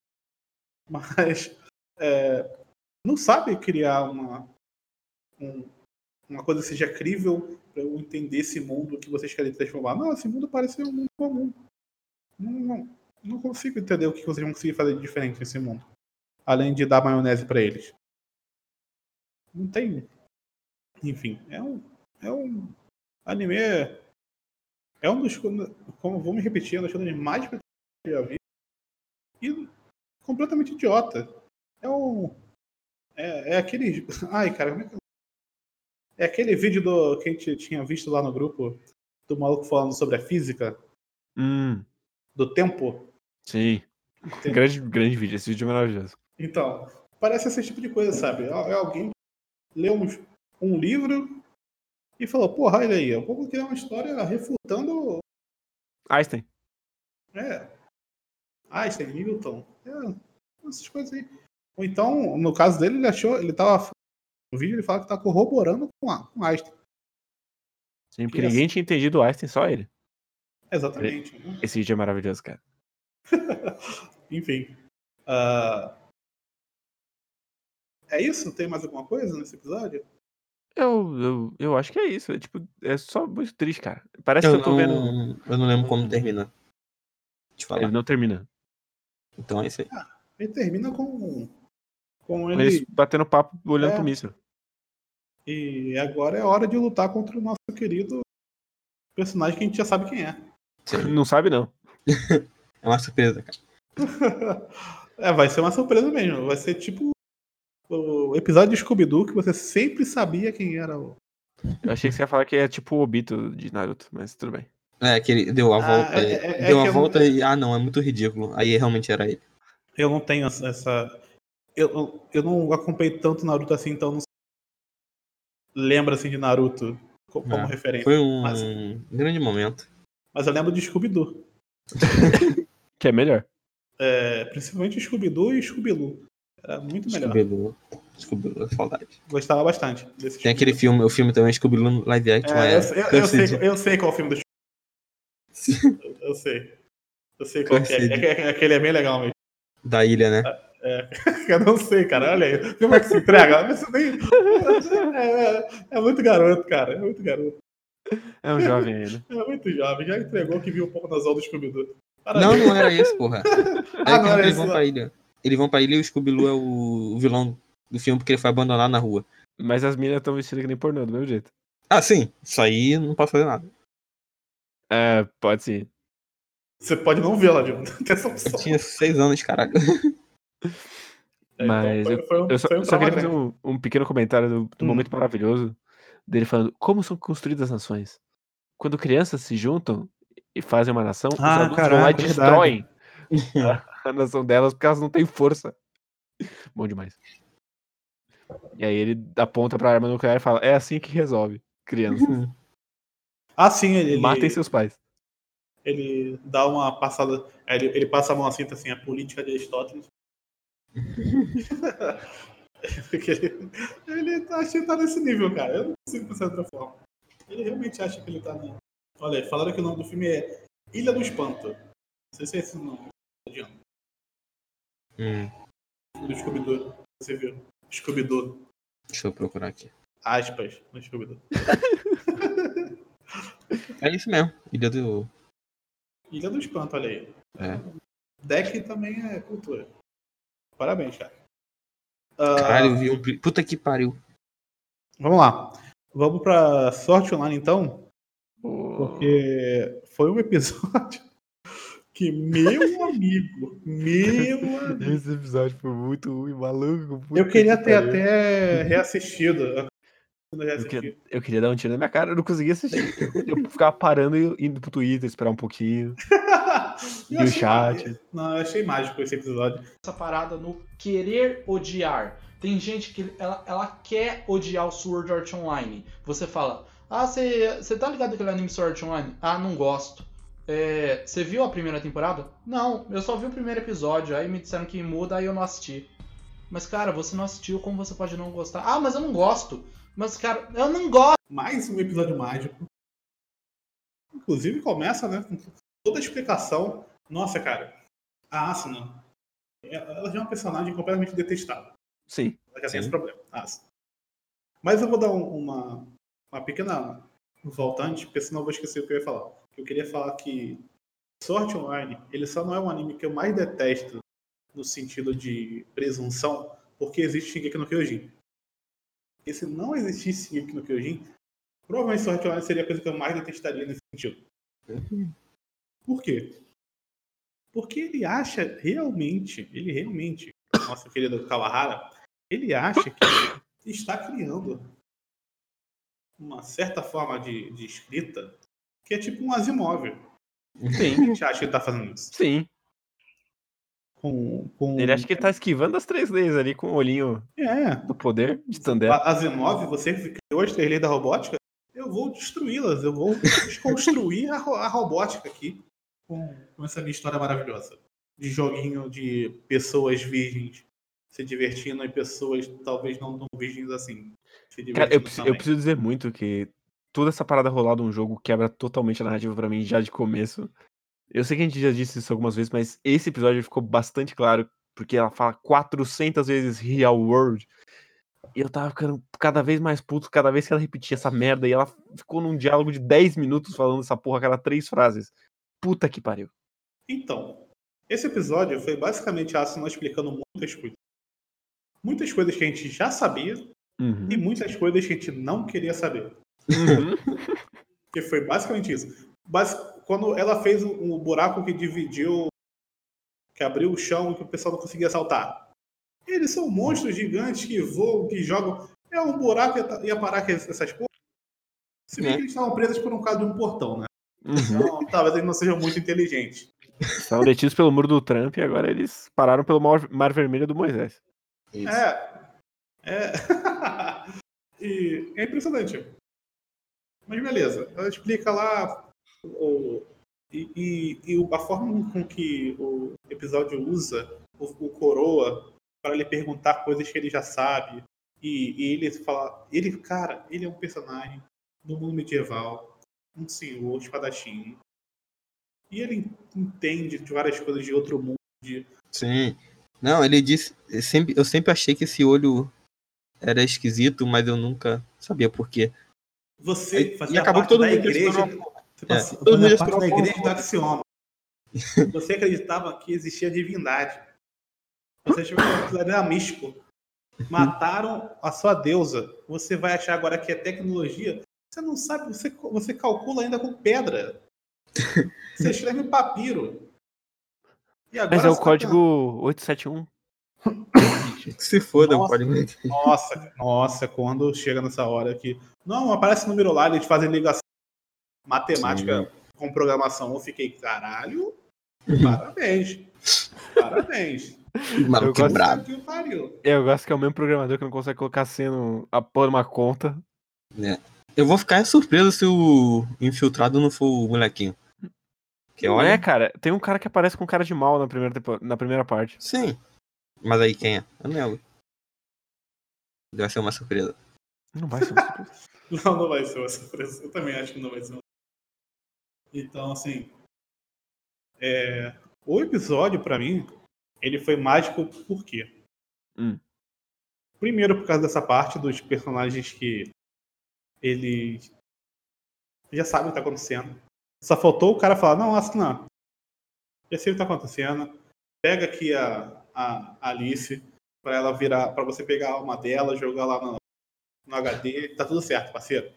Mas é, não sabe criar uma, um- uma coisa que seja crível pra eu entender esse mundo que vocês querem transformar. Não, esse mundo parece um mundo comum. Não, não, não consigo entender o que vocês vão conseguir fazer de diferente nesse mundo. Além de dar maionese pra eles. Não tem. Enfim, é um. É um anime é um dos. Como eu vou me repetir, é um dos filmes mais que eu já vi. E completamente idiota. É um. É, é aquele. Ai, cara, como é que. É aquele vídeo do, que a gente tinha visto lá no grupo, do maluco falando sobre a física, Hum, do tempo. sim. Tem- Grande, grande vídeo. Esse vídeo é maravilhoso. Então, parece esse tipo de coisa, sabe? É é alguém que leu um, um livro e falou, porra, olha aí, é um eu vou criar uma história refutando Einstein. É. Einstein, Newton. É, essas coisas aí. Ou então, no caso dele, ele achou. Ele tava. No vídeo ele fala que tá corroborando com, a, com Einstein. Sim, porque Yes. ninguém tinha entendido o Einstein, só ele. Exatamente. né? Esse vídeo é maravilhoso, cara. Enfim. ah, É isso? Tem mais alguma coisa nesse episódio? Eu, eu, eu acho que é isso. É, tipo, é só muito triste, cara. Parece Eu que eu tô vendo. não, eu não lembro como termina. Te Ele falar. não termina. Então é isso aí. Ele termina com. Com ele. Eles batendo papo, olhando É. pro míssil. E agora é hora de lutar contra o nosso querido personagem que a gente já sabe quem é. Não sabe, não. É uma surpresa, cara. É, vai ser uma surpresa mesmo. Vai ser tipo o episódio de Scooby-Doo que você sempre sabia quem era o. Eu achei que você ia falar que é tipo o Obito de Naruto, mas tudo bem. É, que ele deu a Ah, volta. é- é- é deu que a eu- volta e. Ah, não, é muito ridículo. Aí realmente era ele. Eu não tenho essa. essa- Eu, eu não acompanhei tanto Naruto assim, então não lembro assim de Naruto co- como É, referência. Foi um Mas- grande momento. Mas eu lembro de Scooby-Doo. Que é melhor. É, principalmente Scooby-Doo e Scooby-Loo. Era muito melhor. Scooby-Doo. Scooby-Doo, é saudade. Gostava bastante desse Tem aquele filme, o filme também, Scooby-Doo Live Action. lá, É, eu, eu- eu Cursed. sei, eu sei qual é o filme do Scooby. Eu, eu sei. Eu sei qual que é. Cursed. É que- é. Aquele é bem legal mesmo. Da ilha, né? Eu não sei, cara. Olha aí. Como é que se entrega? Mas isso nem- É, é- é muito garoto, cara. É muito garoto. É um jovem ainda. É muito jovem. Já entregou que viu um pouco nas aulas do Scooby-Doo. Parabéns. Não, não era esse, porra. Ah, Aí não era eles esse, vão não. pra ilha. Eles vão pra ilha e o Scooby-Doo é o o vilão do filme porque ele foi abandonado na rua. Mas as meninas estão vestidas que nem pornô, do mesmo jeito. Ah, sim. Isso aí eu não posso fazer nada. É, pode sim. Você pode não vê-la, Dilma. Tem essa opção. Eu tinha seis anos, caraca. É, Mas foi, foi um, Eu só, foi um eu só queria trauma fazer grande. um, um pequeno comentário do, do Hum. momento maravilhoso dele falando como são construídas as nações. Quando crianças se juntam e fazem uma nação, os Ah, adultos vão lá e caraca, verdade. destroem a, a nação delas porque elas não têm força. Bom demais. E aí ele aponta pra arma nuclear e fala: é assim que resolve, crianças. Ah, sim, ele, Matem seus pais. ele dá uma passada. Ele, ele passa a mão assim, tá assim, a política de Aristóteles. Porque ele, ele acha que tá nesse nível, cara. Eu não consigo pensar de outra forma. Ele realmente acha que ele tá na. Olha, falaram que o nome do filme é Ilha do Espanto. Não sei se é esse o nome. Hum, Do Scooby-Doo. Você viu? Scooby-Doo. deixa eu procurar aqui. aspas no Scooby-Doo. É isso mesmo. Ilha do. Ilha do Espanto, olha aí. É. Deck também é cultura. Parabéns, cara. Ah, Caralho, eu vi um. pri- Puta que pariu. Vamos lá. Vamos pra sorte online, então. O- Porque foi um episódio que, meu amigo, meu amigo. Esse episódio foi muito ruim, maluco. puta Eu queria que ter pariu. até reassistido. Quando eu Eu queria, reassisti. eu queria dar um tiro na minha cara, eu não conseguia assistir. Eu ficava parando e indo pro Twitter, esperar um pouquinho. Eu E o achei chat. Não, eu achei mágico esse episódio. essa parada no querer odiar. Tem gente que ela, ela quer odiar o Sword Art Online. Você fala, ah, você você tá ligado aquele anime Sword Art Online? Ah, não gosto. É, Você viu a primeira temporada? Não, eu só vi o primeiro episódio. Aí me disseram que muda, aí eu não assisti. Mas, cara, você não assistiu, como você pode não gostar? Ah, mas eu não gosto. Mas, cara, eu não gosto. mais um episódio mágico. Inclusive começa, né? Com toda a explicação. Nossa, cara, a Asuna, ela ela já é uma personagem completamente detestável. Sim. Ela já tem Sim. assim, esse problema, a Asuna. Mas eu vou dar um- uma, uma pequena voltante, porque senão eu vou esquecer o que eu ia falar. Eu queria falar que Sword Art Online, ele só não é um anime que eu mais detesto no sentido de presunção, porque existe Shingeki no Kyojin. E se não existisse Shingeki no Kyojin, provavelmente Sword Art Online seria a coisa que eu mais detestaria nesse sentido. Por quê? Porque ele acha realmente, ele realmente, nosso querido Kawahara, ele acha que está criando uma certa forma de, de escrita que é tipo um Asimov. A Sim. gente acha que ele tá fazendo isso. Sim. Com, com... Ele acha que ele tá esquivando as três leis ali com o olhinho É. do poder de stand-up. A Asimov, você que criou as três leis da robótica, eu vou destruí-las, eu vou desconstruir a, ro- a robótica aqui com, com essa minha história maravilhosa. De joguinho de pessoas virgens se divertindo e pessoas talvez não tão virgens assim. Se Cara, eu, divertindo preciso, eu também. preciso dizer muito que toda essa parada rolada um jogo quebra totalmente a narrativa pra mim já de começo. Eu sei que a gente já disse isso algumas vezes, mas esse episódio ficou bastante claro, porque ela fala 400 vezes real world. E eu tava ficando cada vez mais puto cada vez que ela repetia essa merda. E ela ficou num diálogo de 10 minutos falando essa porra a cada três frases. Puta que pariu. Então, esse episódio foi basicamente a Asuna explicando muitas coisas. Muitas coisas que a gente já sabia Uhum. e muitas coisas que a gente não queria saber. Uhum. Que foi basicamente isso. Mas quando ela fez o o buraco que dividiu, que abriu o chão e que o pessoal não conseguia saltar. Eles são monstros gigantes que voam, que jogam. É um buraco ia- ia parar que essas coisas. Se bem É. que eles estavam presos por um caso de um portão, né? Uhum. Então, talvez eles não sejam muito inteligentes. Estavam detidos pelo muro do Trump e agora eles pararam pelo mar, mar vermelho do Moisés. Isso. É. É. e é impressionante. Mas beleza, ela explica lá o, e, e- e o- a forma com que o episódio usa o, o coroa para lhe perguntar coisas que ele já sabe. E, e ele fala. Ele, cara, ele é um personagem do mundo medieval, um senhor, espadachim. E ele entende de várias coisas de outro mundo. Sim. Não, ele disse. eu sempre- eu sempre achei que esse olho era esquisito, mas eu nunca sabia por quê. Você E- fazia e acabou que parte todo da mundo igreja. questionou- Você É. passou Todo mundo fazia já assim, parte esperou da um igreja pouco. do axioma. Você acreditava que existia divindade. Você achou que o episódio era místico. Mataram a sua deusa. Você vai achar agora que é tecnologia. Você não sabe, você, você calcula ainda com pedra. Você escreve em papiro. E agora Mas é o você tá código 871. Que se foda, Nossa. pode me pensando, Nossa, nossa, quando chega nessa hora que. Não, aparece número lá, eles fazem ligação. Matemática com programação. Eu fiquei, caralho. Parabéns. Parabéns. Mano, Eu que gosto- brabo. Que pariu. Eu gosto que é o mesmo programador que não consegue colocar sendo a pôr uma conta. Eu vou ficar surpreso se o infiltrado não for o molequinho. Que Não olha. é, cara. Tem um cara que aparece com cara de mal na primeira, tempo- na primeira parte. Sim. Mas aí quem é? Eu não lembro. Deve ser uma surpresa. Não vai ser um uma surpresa. Não, não vai ser uma surpresa. Eu também acho que não vai ser uma Então, assim. é, O episódio, pra mim, ele foi mágico por quê? Hum. Primeiro, por causa dessa parte dos personagens que eles já sabem o que tá acontecendo. Só faltou o cara falar: não, assina. Já sei o que tá acontecendo. Pega aqui a, a Alice pra ela virar, para você pegar a alma dela, jogar lá no, no HD. Tá tudo certo, parceiro.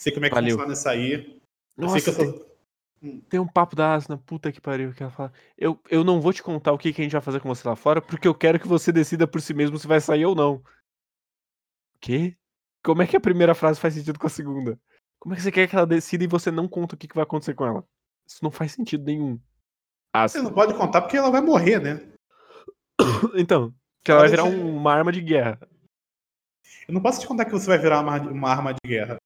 Sei como é que Valeu. funciona isso aí. Eu sei Nossa, que eu tem, sou- tem um papo da Asna, puta que pariu, que ela fala. Eu, eu não vou te contar o que, que a gente vai fazer com você lá fora, porque eu quero que você decida por si mesmo se vai sair ou não. O quê? Como é que a primeira frase faz sentido com a segunda? Como é que você quer que ela decida e você não conta o que, que vai acontecer com ela? Isso não faz sentido nenhum. Você Asna. não pode contar porque ela vai morrer, né? Então, que ela vai virar Pode ser. um- uma arma de guerra. Eu não posso te contar que você vai virar uma, ar- uma arma de guerra.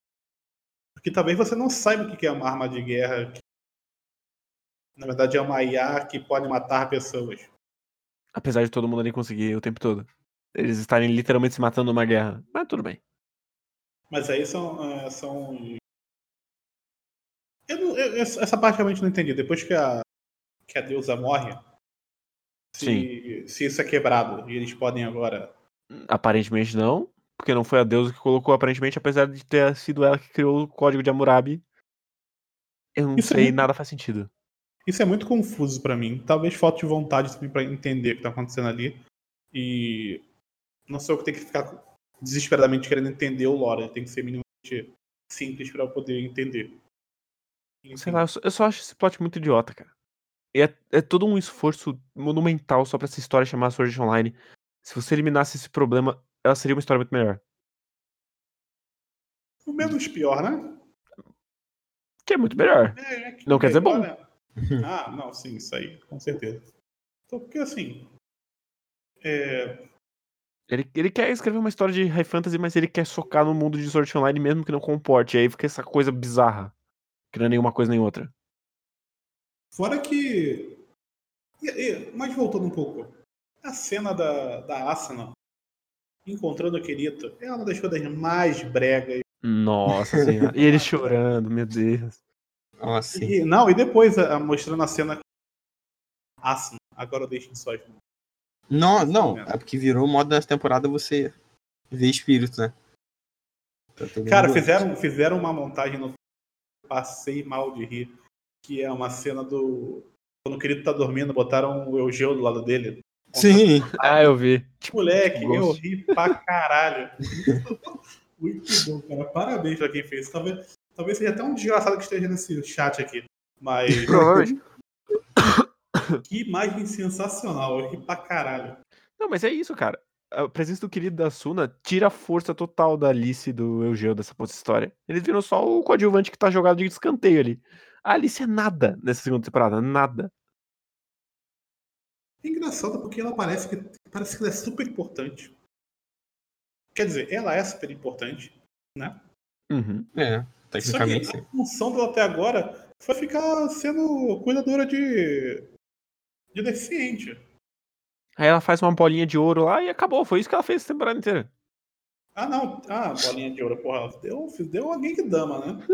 Porque talvez você não saiba o que que é uma arma de guerra. que- Na verdade, é uma IA que pode matar pessoas. Apesar de todo mundo ali conseguir o tempo todo. Eles estarem literalmente se matando numa guerra. Mas tudo bem. Mas aí são. é, são... Eu não- eu- eu- essa parte realmente não entendi. Depois que a, que a deusa morre, se, se isso é quebrado e eles podem agora. Hum, Aparentemente não. Porque não foi a deusa que colocou, aparentemente, apesar de ter sido ela que criou o código de Hammurabi. Eu não Isso é sei, muito- nada faz sentido. Isso é muito confuso pra mim. Talvez falta de vontade também pra entender o que tá acontecendo ali. E não sou eu que tenho que ficar desesperadamente querendo entender o lore. né? Tem que ser minimamente simples pra eu poder entender. Sei Uhum. lá, eu só, eu só acho esse plot muito idiota, cara. E é, é todo um esforço monumental só pra essa história chamar Sword Art Online. Se você eliminasse esse problema, ela seria uma história muito melhor. O menos pior, né? Que é muito melhor. É, é que Não quer dizer bom. né? Ah, não, sim, isso aí, com certeza. Então, porque assim. é, Ele, ele quer escrever uma história de High Fantasy, mas ele quer socar no mundo de Sword Art Online mesmo que não comporte. E aí fica essa coisa bizarra. Que não é nenhuma coisa nem outra. fora que. e- e- mas voltando um pouco. A cena da, da Asana encontrando a Kirito é uma das coisas mais bregas. Nossa senhora. E ele chorando, meu Deus. Ah, sim. E, não, e depois a- a- mostrando a cena com a Asana. Agora eu deixo em só. irmão. Não, não. É porque virou moda nessa temporada você ver espírito, né? Tá todo Cara, mundo- fizeram, um fizeram uma montagem no. Passei mal de rir. Que é uma cena do. Quando o Kirito tá dormindo, botaram o Eugeu do lado dele. Sim. Ah, eu vi. Moleque, Gosto. eu ri pra caralho. Muito bom, cara. Parabéns pra quem fez. Talvez, talvez seja até um desgraçado que esteja nesse chat aqui. Mas que imagem sensacional. Eu ri pra caralho. Não, mas é isso, cara. A presença do querido da Suna tira a força total da Alice e do Eugeo dessa puta história. Eles viram só o coadjuvante que tá jogado de escanteio ali. A Alice é nada nessa segunda temporada, nada. É engraçado porque ela parece que, parece que ela é super importante. Quer dizer, ela é super importante. Uhum. É, Só que tecnicamente sim. a função dela até agora foi ficar sendo cuidadora de, de deficiente. Aí ela faz uma bolinha de ouro lá e acabou. Foi isso que ela fez a temporada inteira. Ah, não. Ah, bolinha de ouro, porra. Deu, deu alguém que dama, né?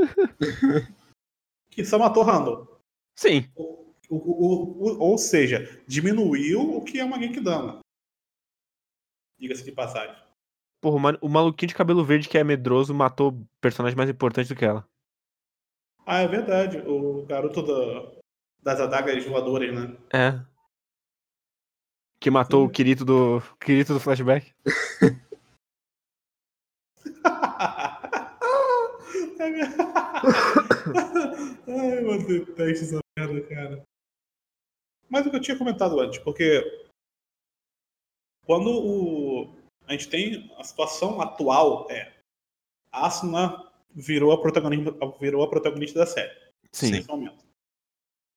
que só matou Randall. Sim. O, o- o- ou seja, diminuiu o que é uma Genkidama. Diga-se de passagem. Porra, o ma- o maluquinho de cabelo verde que é medroso matou o personagem mais importante do que ela. Ah, é verdade. O garoto da- das adagas voadoras, né? É. Que matou o Kirito do. Kirito do flashback. É verdade. Ai, meu Deus, detesto essa merda, cara. Mas o que eu tinha comentado antes, porque quando o. A gente tem a situação atual é. A Asuna virou a protagonista, virou a protagonista da série Sim. nesse momento.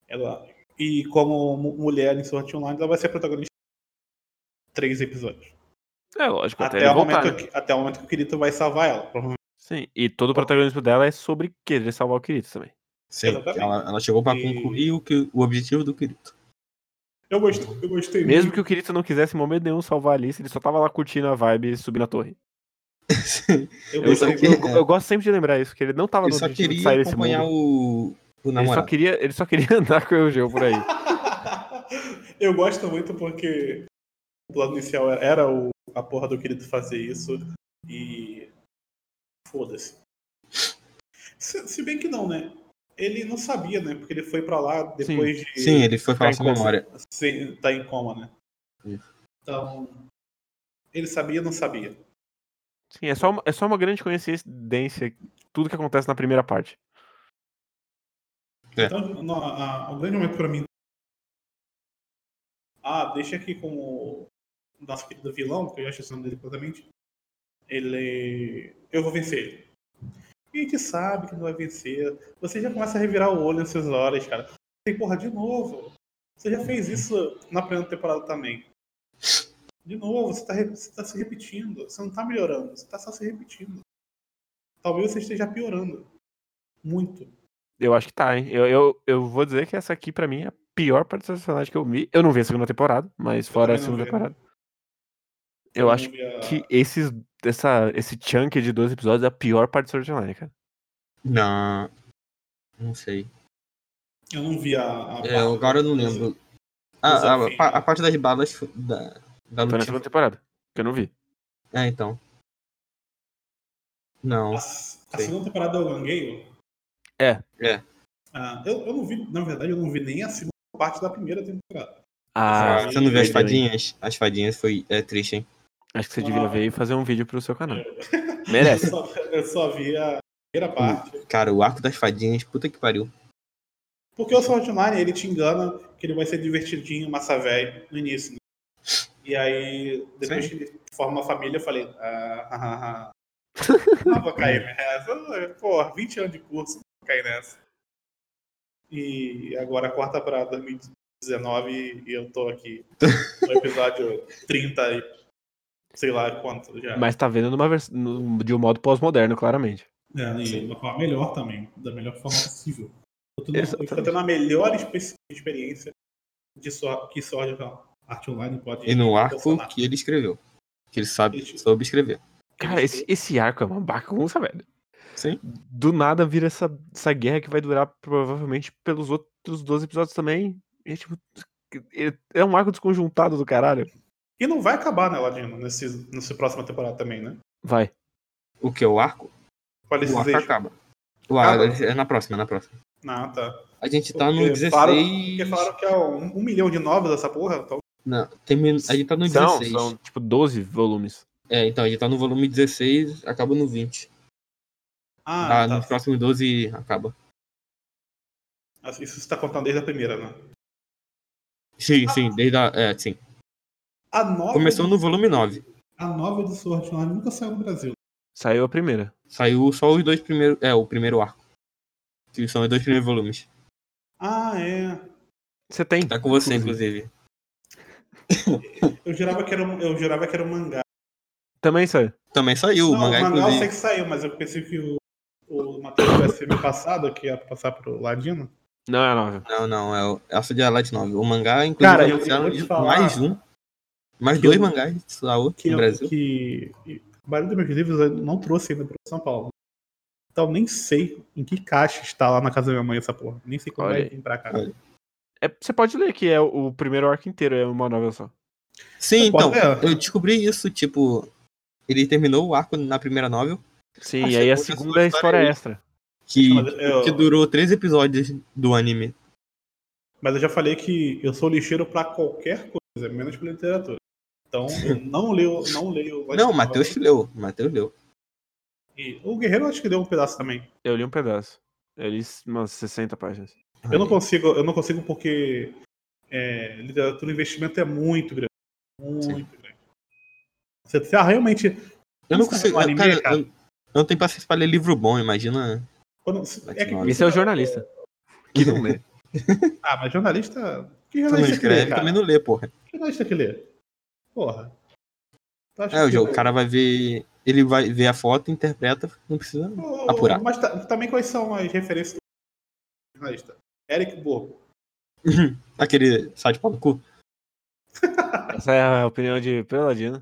Ela, e como mu- mulher em Sword Art Online, ela vai ser protagonista três episódios. É lógico, até, Até, ele o voltar. né? momento que, até o momento que o Kirito vai salvar ela. provavelmente. Sim, e todo o protagonismo dela é sobre querer salvar o Kirito também. Sim, Exatamente. ela, ela chegou pra E- concluir o, que, o objetivo do Kirito. Eu gostei, eu Uhum. gostei Mesmo muito. que o Kirito não quisesse em momento nenhum salvar a Alice, ele só tava lá curtindo a vibe e subindo a torre. Eu Eu, gostei só eu- que- muito. eu- eu gosto sempre de lembrar isso, que ele não tava Ele só objetivo de queria acompanhar o, o Ele só, namorado. queria, ele só queria andar com o Eugeu por aí. Eu gosto muito porque o plano inicial era- era o, a porra do querido fazer isso e. Foda-se. Se, se bem que não, né? Ele não sabia, né? Porque ele foi pra lá depois de. Sim, ele foi falar Tá sua em coma. memória. sem- tá em coma, né? Isso. Então. Ele sabia não sabia? Sim, é só, uma- é só uma grande coincidência tudo que acontece na primeira parte. Então, no- a- o grande momento pra mim. Ah, deixa aqui com o nosso querido vilão, que eu já esqueci o nome dele completamente. Ele. Eu vou vencer ele. E a gente sabe que não vai vencer. Você já começa a revirar o olho nessas horas, cara. Tem porra de novo. Você já fez isso na primeira temporada também. De novo, você tá, re- você tá se repetindo. Você não tá melhorando, você tá só se repetindo. Talvez você esteja piorando. Muito. Eu acho que tá, hein? Eu, eu, eu vou dizer que essa aqui, pra mim, é a pior parte dos personagens que eu vi. Eu não vi a segunda temporada, mas fora também a não segunda vi. temporada. Eu acho vi a- que esses, essa, esse chunk de 12 episódios é a pior parte do Sword Art Online, cara. Não. Não sei. Eu não vi a. a É, barra. agora eu não lembro. Mas, Ah, a, enfim. pa- a parte das balas foi- da, da Foi na luta. segunda temporada, que eu não vi. É, então. A, Não. a segunda temporada é o Gangueio? É. É. Ah, eu, eu não vi, na verdade, eu não vi nem a segunda parte da primeira temporada. Ah, Você não viu as perdeu, hein? fadinhas? As fadinhas foi é, triste, hein? Acho que você devia Ah. É. ver e fazer um vídeo pro seu canal. Eu Merece. só, eu só vi a primeira parte. Cara, o arco das fadinhas, puta que pariu. Porque o Sword Online, ele te engana que ele vai ser divertidinho, massa velho, no início. né? E aí, depois que ele forma a família, eu falei. Ah, ah, ah, ah. Não vou cair nessa. Porra, 20 anos de curso, não vou cair nessa. E agora corta pra 2019 e eu tô aqui no episódio 30 e sei lá quanto já. Mas tá vendo numa vers- num- de um modo pós-moderno, claramente. É, e uma forma melhor também, da melhor forma possível. Eu tô, tendo, eu Exatamente. tô tendo a melhor espe- experiência de só, que só a arte online pode. E no arco proporcionar. que ele escreveu. Que ele sabe, Isso. soube escrever. Cara, esse, esse arco é uma bagunça, velho. Sim. Do nada vira essa, essa guerra que vai durar provavelmente pelos outros 12 episódios também. E, é tipo, é- é um arco desconjuntado do caralho. E não vai acabar, né, Ladino, nesse, nessa próxima temporada também, né? Vai. O que? é O arco? Qual O esses arco eixos? acaba. O arco, Acaba? é na próxima, é na próxima. Ah, tá. A gente tá no Porque falaram- Porque 16. falaram que é um, um milhão de novos essa porra. Então, Não, termina, a gente tá no São, 16. são tipo 12 volumes. É, então, a gente tá no volume 16, acaba no 20. ah, Ah, tá. Nos próximos 12 acaba. Isso você tá contando desde a primeira, né? Sim, sim, desde a. É, sim. A nova, Começou no volume 9. a nova do Sword Online nunca saiu no Brasil. Saiu a primeira. Saiu só os dois primeiros. É, o primeiro arco. Que são os dois primeiros volumes. Ah, é. Você tem? Tá com você, inclusive. inclusive. Eu jurava que era, um- eu jurava que era um mangá. Também saiu. Também saiu o não, mangá, o Manuel eu sei inclusive. que saiu, mas eu pensei que o, o Matheus tivesse me passado, que ia passar pro Ladino. Não, é a nova. Não, não, é o essa de Light 9. O mangá, inclusive, Cara, eu- eu anunciaram vou te de- falar mais um. Mais que dois eu- mangás saiu Que, é no eu- Brasil. que a maioria dos meus livros eu não trouxe ainda pra São Paulo. Então nem sei em que caixa está lá na casa da minha mãe essa porra. Nem sei quando Olha vai aí. vir pra cá. Olha. É, você pode ler que é o o primeiro arco inteiro, é uma novela só. Sim, Eu posso então, ver? eu descobri isso, tipo. Ele terminou o arco na primeira novel, Sim, Ah, e aí a você conta a sua segunda é história história aí. extra. que, Mas eu- que durou três episódios do anime. Mas eu já falei que eu sou lixeiro pra qualquer coisa, menos pra literatura. Então eu não leio, não leio. Não, Matheus leu. Matheus leu. E O Guerreiro eu acho que deu um pedaço também. Eu li um pedaço. Eu li umas 60 páginas. Eu não consigo, eu não consigo porque é, literatura e investimento é muito grande. Muito grande. Você, você- ah, realmente, Eu não Isso consigo. é um anime, cara, cara. Eu, eu não tenho paciência pra ler livro bom, imagina. quando- é que- Olha. Esse é o jornalista. Que não lê. Ah, mas jornalista. Que Tu não jornalista que lê? escreve, Cara? também não lê, porra. Que jornalista que lê? Porra. Tu acha É, o que- jogo, o cara vai ver. Ele vai ver a foto, interpreta, não precisa. Ô, apurar. Mas ta- também quais são as referências do jornalista? Eric Borgo. Aquele site pau no cu. Essa é a opinião de Peladino.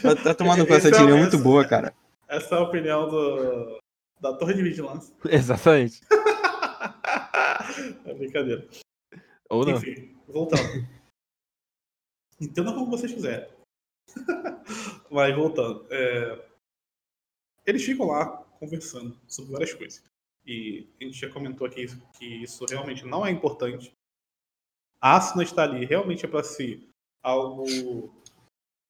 Tá, tá tomando com essa Esse é o- tirinha muito esse- boa, cara. Essa é a opinião do, da torre de vigilância. Exatamente. É brincadeira. Ou não. Enfim, voltando. Entendam como vocês quiserem. Mas voltando. é, Eles ficam lá conversando sobre várias coisas. E a gente já comentou aqui isso- que isso realmente não é importante. A Asuna está ali realmente é para si algo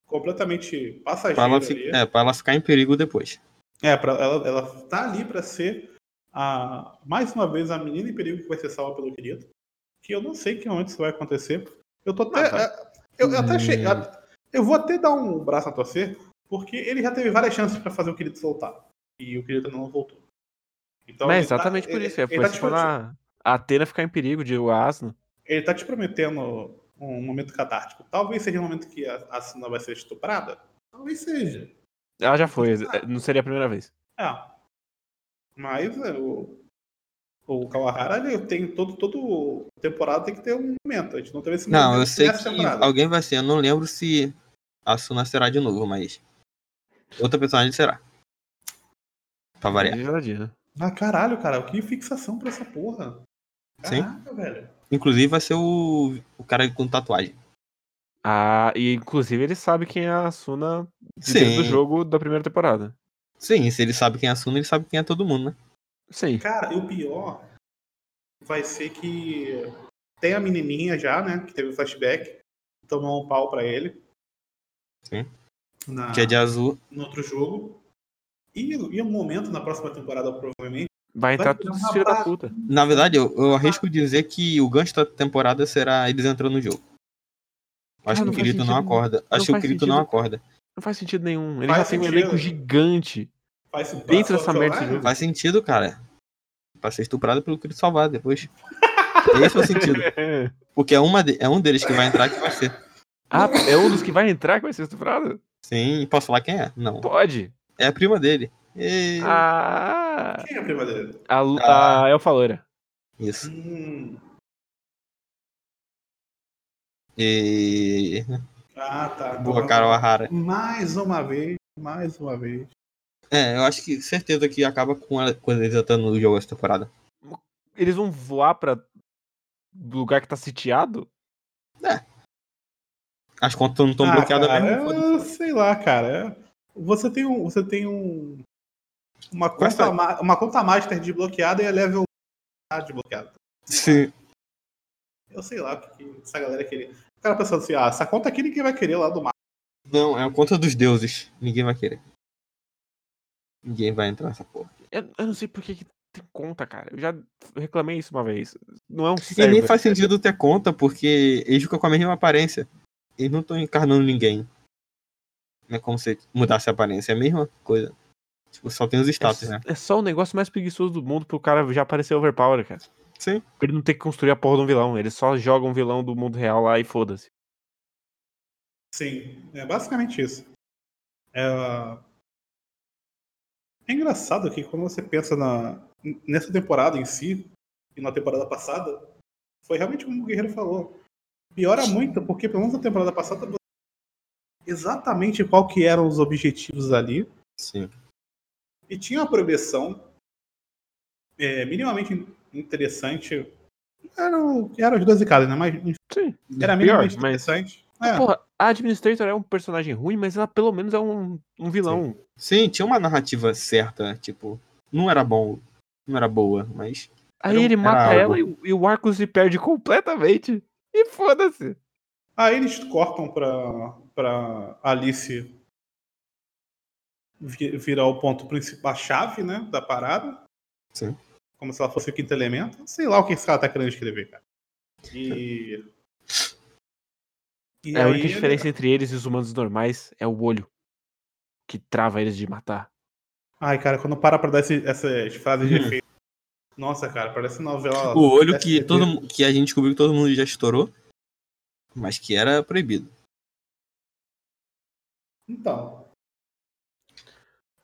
completamente passageiro. Pra ela, ali. fi- é, pra ela ficar em perigo depois. É, pra, ela, ela tá ali pra ser a, mais uma vez a menina em perigo que vai ser salva pelo querido. Que eu não sei que momento isso vai acontecer. Eu tô até. é, Ah, tá. eu, eu até achei. Eu vou até dar um braço a torcer, porque ele já teve várias chances pra fazer o querido soltar. E o querido não voltou. Então, Mas é ele tá- exatamente por ele- isso. É ele por tá isso te que a a Atena ficar em perigo de o asno. ele tá te prometendo um momento catártico. Talvez seja um momento que a, a Suna vai ser estuprada. Talvez seja. Ela já foi, é, não seria a primeira vez. É. Mas é, o, o Kawahara, ele tem todo, todo temporada tem que ter um momento. A gente não teve esse momento Não, eu sei nessa que temporada. alguém vai ser. Eu não lembro se a Suna será de novo, mas. Outra personagem será. Pra variar. De Peladino. Ah, caralho, cara, que fixação pra essa porra. Sim. Caraca, velho. Inclusive vai ser o, o cara com tatuagem. Ah, e inclusive ele sabe quem é a Asuna de dentro Sim. do jogo da primeira temporada. Sim, se ele sabe quem é a Suna, ele sabe quem é todo mundo, né? Sim. Cara, e o pior vai ser que tem a menininha já, né, que teve o flashback, tomou um pau pra ele. Sim. Na- Que é Ah. de azul. No outro jogo. E, e um momento na próxima temporada, provavelmente. Vai entrar virar tudo uma esse filho da barra. puta. Na verdade, eu, eu arrisco dizer que o gancho da temporada será eles entrando no jogo. Acho Ah, que não o faz Kirito não sentido, não. acorda. Acho que o faz Kirito não sentido. acorda. Não faz sentido nenhum. Ele Faz já tem um sentido. elenco gigante. Faz isso Dentro pra- dessa pra- merda pra- de jogo. Faz sentido, cara. Pra ser estuprado pelo Kirito salvado depois. Esse é o sentido. Porque é, uma de- é um deles que vai entrar que vai ser. ah, é um dos que vai entrar que vai ser estuprado? Sim, posso falar quem é? Não. Pode. É a prima dele. E- Ah, Quem é a prima dele? a, Lu- a Elfa Loira. Isso. Hum, E. ah, tá. Boa, Carol Ahara. Mais uma vez, mais uma vez. É, eu acho que certeza que acaba com, ela, com eles entrando no jogo essa temporada. Eles vão voar pra lugar que tá sitiado? As contas não estão Ah, bloqueadas cara, mesmo. foda-se. eu sei lá, cara. Você tem um. Você tem um. Uma Questa- conta, ma- uma conta master desbloqueada e a level A desbloqueada. Sim. Eu sei lá o que que essa galera queria. O cara pensando assim, ah, essa conta aqui ninguém vai querer lá do mar. Não, é a conta dos deuses. Ninguém vai querer. Ninguém vai entrar nessa porra. Eu, eu não sei por que, que tem conta, cara. Eu já reclamei isso uma vez. Não é um E nem server. faz sentido ter conta, porque eles ficam com a mesma aparência. Eles não estão encarnando ninguém. Não é como se mudasse a aparência, é a mesma coisa. Tipo, só tem os status, né? É só o negócio mais preguiçoso do mundo pro cara já aparecer overpower, cara. Sim. Pra ele não ter que construir a porra de um vilão. Ele só joga um vilão do mundo real lá e foda-se. Sim, é basicamente isso. É, é engraçado que quando você pensa na... nessa temporada em si, e na temporada passada, foi realmente como o Guerreiro falou. Piora muito, porque pelo menos na temporada passada você exatamente qual que eram os objetivos ali, Sim. e tinha uma progressão é, minimamente interessante. Eram, eram as 12 casas, né? Mas Sim. era Pior, minimamente mas- um interessante. É. Porra, a Administrator é um personagem ruim, mas ela pelo menos é um, um vilão. Sim, tinha uma narrativa certa, tipo, não era bom, não era boa, mas. Aí Era um- ele era mata algo. ela e, o- e o arco se perde completamente. E foda-se. Aí Ah, eles cortam pra, pra Alice vi- virar o ponto principal, a chave, né, da parada. Sim. Como se ela fosse o quinto elemento. Sei lá o que esse cara tá querendo escrever, cara. E... e É, a aí única ele- diferença entre eles e os humanos normais é o olho. Que trava eles de matar. Ai, cara, quando para pra dar esse- essas frases de Hum. efeito... Nossa, cara, parece novela... O olho SBT. que, todo, mu- que a gente descobriu que todo mundo já estourou, mas que era proibido. Então.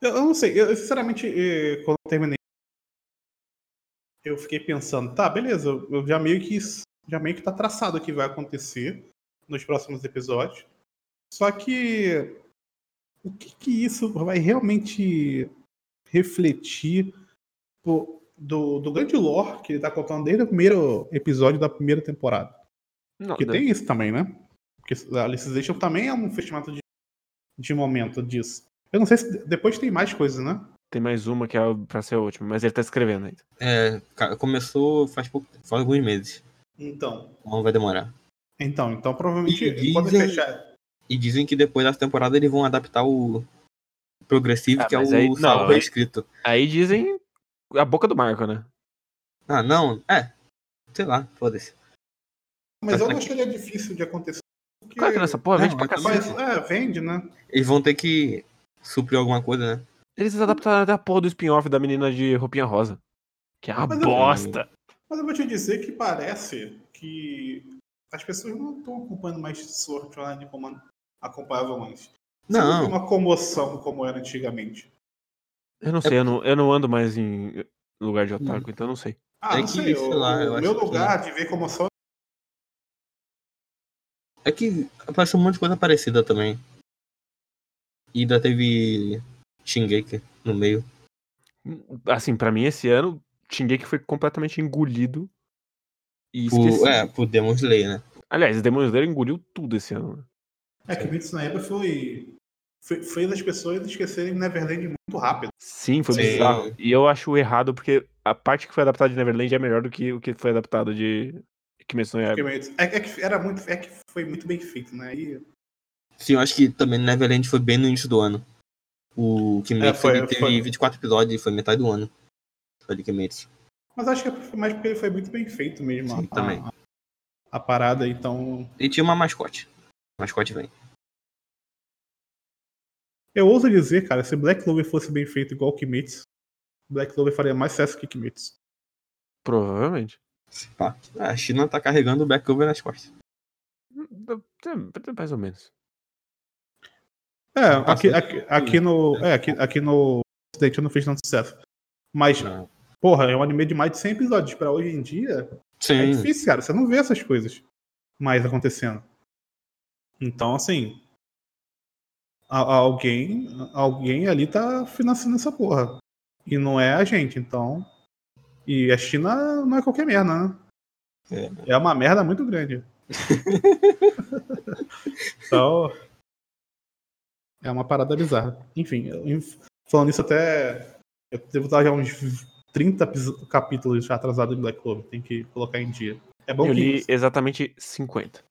Eu, eu não sei, eu, eu, sinceramente, eh, quando eu terminei, eu fiquei pensando, tá, beleza, eu eu já meio que s- já meio que tá traçado o que vai acontecer nos próximos episódios. Só que o que que isso vai realmente refletir pô, do, do grande lore que ele tá contando desde o primeiro episódio da primeira temporada? Não, Porque não. tem isso também, né? Porque a Alicization também é um fechamento de, de momento disso. Eu não sei se de- depois tem mais coisas, né? Tem mais uma que é a- pra ser a última, mas ele tá escrevendo ainda. É, ca- começou faz pouco faz alguns meses. Então. Não vai demorar. Então, então provavelmente E quando dizem- fechar. E dizem que depois dessa temporada eles vão adaptar o Progressive, Ah, que é mas o aí- não, salvo aí- escrito. Aí dizem a boca do Marco, né? Ah, não, é. Sei lá, foda-se. Mas eu não acharia difícil de acontecer. Porque... Claro que nessa porra Não, vende pra eu também cacete. Mas é, vende, né? Eles vão ter que suprir alguma coisa, né? Eles adaptaram até a porra do spin-off da menina de roupinha rosa. Que é uma Mas eu- bosta. Mas eu vou te dizer que parece que as pessoas não estão acompanhando mais Sword Online como acompanhavam antes. Não tem Não, Uma comoção como era antigamente. Eu não sei, eu, não, eu não ando mais em lugar de otaku, então eu não sei. Ah, É não que, sei, sei o- lá, eu o acho meu que- lugar de ver comoção é que apareceu um monte de coisa parecida também. E ainda teve Shingeki no meio. Assim, pra mim esse ano, Shingeki foi completamente engolido e esquecido. Por, é, por Demon Slayer, né? Aliás, Demon Slayer engoliu tudo esse ano. né? É que Mitsu na época foi, foi. Fez as pessoas esquecerem Neverland muito rápido. Sim, foi Sim. bizarro. E eu acho errado porque a parte que foi adaptada de Neverland é melhor do que o que foi adaptado de Kimetsu no Porque Yaiba. Mitsu- É, é que era muito. É que foi muito bem feito, né? E, Sim, eu acho que também Neverland foi bem no início do ano. O Kimetsu É, foi- ele teve foi. 24 episódios, foi metade do ano. Foi de Kimetsu. mas acho que é mais porque ele foi muito bem feito mesmo. Sim, Ah. a, também. A, a parada, então. E tinha uma mascote. A mascote vem. Eu ouso dizer, cara, se Black Clover fosse bem feito igual Kimetsu, Black Clover faria mais sucesso que Kimetsu. Provavelmente. Pá. Ah, a China tá carregando o backover nas costas. Hum, É, Mais ou menos. É, aqui, aqui, aqui no. É, aqui, aqui no Ocidente eu não fiz tanto sucesso. Mas, Não. porra, é um anime de mais de 100 episódios. Pra hoje em dia, É Sim. difícil, cara. Você não vê essas coisas mais acontecendo. Então, assim. a- a- alguém, alguém ali tá financiando essa porra. E não é a gente, então. E a China não é qualquer merda, né? É uma merda muito grande. então. É uma parada bizarra. Enfim, eu- inf- falando isso até. Eu devo estar já uns 30 episo- capítulos já atrasado em Black Clover. Tem que colocar em dia. É bom, Eu que, li exatamente 50.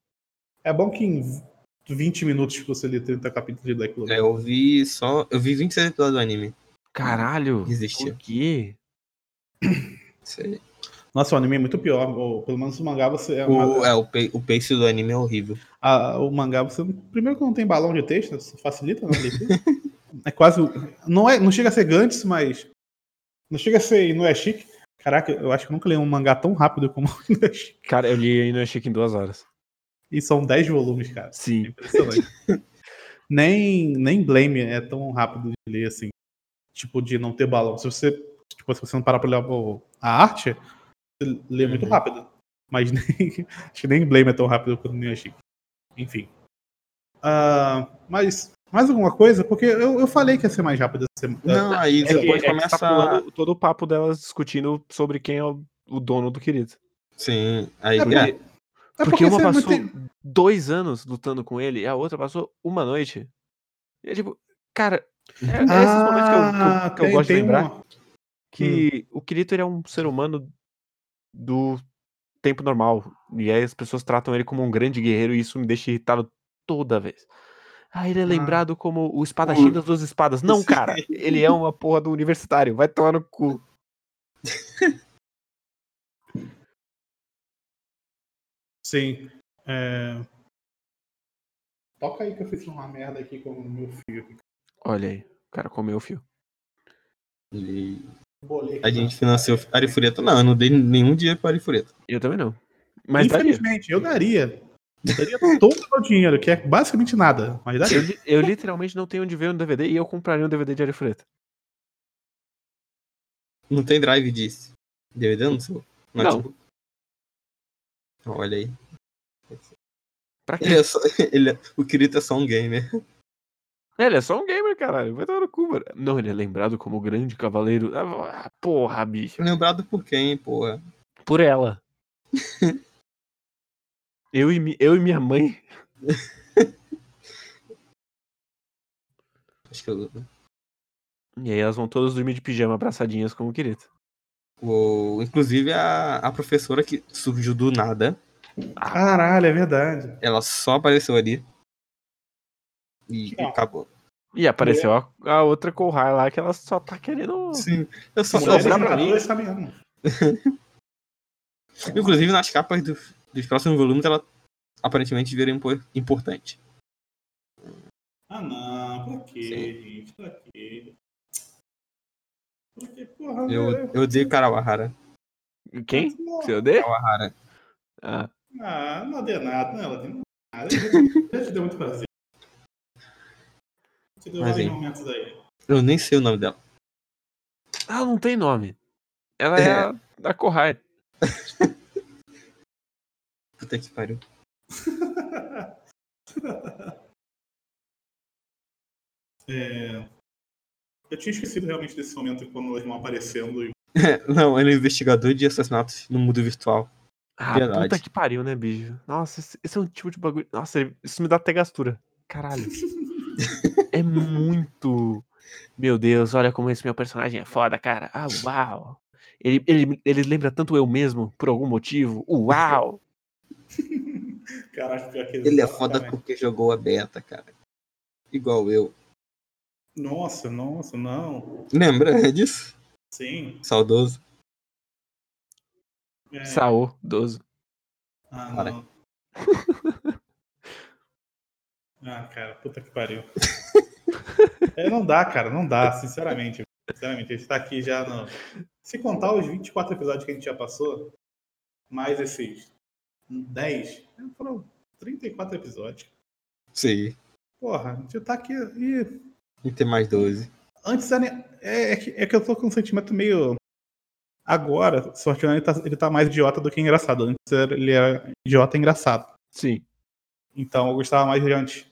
é bom que em 20 minutos você lê 30 capítulos de Black Clover. É, eu vi só. Eu vi 26 episódios do anime. Caralho, Desistiu. por quê? Sei. Nossa, o anime é muito pior. Ou, pelo menos o mangá você. É uma- O, é, o, pa- o pace do anime é horrível. a- o mangá, você. Primeiro que não tem balão de texto, isso facilita na leitura. é quase. Não, é, não chega a ser Gantz, mas. Não chega a ser não é chique. Caraca, eu acho que eu nunca li um mangá tão rápido como Inuyashiki. Cara, eu li ainda Chique em duas horas. E são 10 volumes, cara. É Sim. Impressionante. nem, nem Blame é tão rápido de ler assim. Tipo, de não ter balão. Se você, tipo, se você não parar pra olhar o- a arte, você lê muito Uhum. rápido. Mas nem, acho que nem Blame é tão rápido quanto o Chico. Enfim. Ah, mas mais alguma coisa? Porque eu, eu falei que ia ser mais rápido essa semana. Não, aí É que- depois é que tá começa. pulando todo o papo delas discutindo sobre quem é o, o dono do querido. Sim. Aí. É porque- é, É porque, uma você não passou tem- dois anos lutando com ele, e a outra passou uma noite. E é tipo, cara, é, é esses momentos que eu- que eu, Ah, que eu tem- gosto de tem lembrar. uma- Hum. Que o Kirito ele é um ser humano do tempo normal. E aí as pessoas tratam ele como um grande guerreiro e isso me deixa irritado toda vez. Ah, ele é lembrado como o espadachim das duas espadas. Não, cara, ele é uma porra do universitário. Vai tomar no cu. Sim. É... Toca aí que eu fiz uma merda aqui com o meu fio. Olha aí, o cara comeu o fio. e Bolei aqui, né? a gente financiou Arifureta. Não, eu não dei nenhum dinheiro pra Arifureta. Eu também não. Mas daria. Infelizmente, eu daria. Daria todo o meu dinheiro, que é basicamente nada. Mas Eu, daria. li- eu literalmente não tenho onde ver um DVD e eu compraria um DVD de Área Fureta. Não tem drive disso. DVD no seu Não. notebook? tipo, Olha aí. Pra quê? Ele é só, ele é- o Kirito é só um gamer. Ele é só um gamer, caralho. Vai tomar no cu, mano. Não, ele é lembrado como o grande cavaleiro. Ah, porra, bicho. Lembrado por quem, porra? Por ela. eu, e, mi- eu e minha mãe. Acho que eu- E aí elas vão todas dormir de pijama abraçadinhas como querido. o, inclusive a, a professora que surgiu do nada, Caralho, é verdade. ela só apareceu ali. E Não. acabou. E apareceu a, a outra Kohai lá que ela só tá querendo. Sim, eu só Só Mulher sobrar é sobrar pra pra mim. Essa mesmo. Inclusive, nas capas do- dos próximos volumes, ela aparentemente vira impo- importante. Ah não, pra quê, Sim. gente? Pra quê? Porque, porra, Eu, eu odeio Karawahara. Quem? Você odeia? Karawahara. Ah, Ah, não deu nada, não, ela deu nada. Já te deu muito prazer. Te deu Mas, vários hein. momentos aí. Eu nem sei o nome dela. ela não tem nome. Ela é, É. a, a Kohai. Puta que pariu. É, Eu tinha esquecido realmente desse momento quando eles vão aparecendo e Não, ele é investigador de assassinatos no mundo virtual. Ah, Verdade. puta que pariu, né, bicho? Nossa, esse- esse é um tipo de bagulho. Nossa, isso me dá até gastura. Caralho. é muito. Meu Deus, olha como esse meu personagem é foda, cara. Ah, uau. Ele, ele, ele lembra tanto eu mesmo, por algum motivo. Uau! caralho, pior que Ele é foda exatamente. porque jogou a beta, cara. Igual eu. Nossa, nossa, não. Lembra disso? Sim. Saudoso. É. Saô, 12. Ah, Cara. não. ah, cara, puta que pariu. É, não dá, cara, não dá, sinceramente. Sinceramente, a gente tá aqui já no. Se contar os 24 episódios que a gente já passou, mais esses 10, foram 34 episódios. Sim. Porra, a gente tá aqui. E E tem mais 12. antes era. É, é que, é que eu tô com um sentimento meio. Agora, o Sortinho ele tá, ele tá mais idiota do que engraçado. Antes era- ele era idiota e engraçado. Sim. Então eu gostava mais de antes.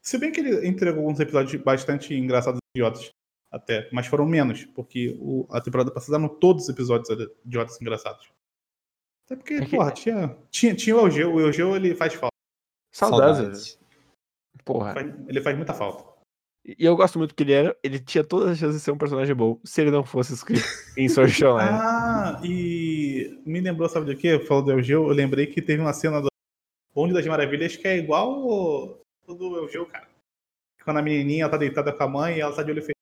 Se bem que ele entregou alguns episódios bastante engraçados e idiotas, até, mas foram menos, porque o- a temporada passada eram todos os episódios era- idiotas e engraçados. Até porque, É que- porra, tinha, tinha, tinha o Eugeu, o Eugeu ele faz falta, Saudades. velho. Saudades. Porra. faz- ele faz muita falta. E eu gosto muito que ele era. Ele tinha todas as chances de ser um personagem bom se ele não fosse escrito em Sword Art Online. Ah, e me lembrou, sabe do que? Falou do Eugeu, eu lembrei que teve uma cena do Bonde das Maravilhas que é igual o o do Eugeu, cara. Quando a menininha tá deitada com a mãe e ela tá de olho fechado.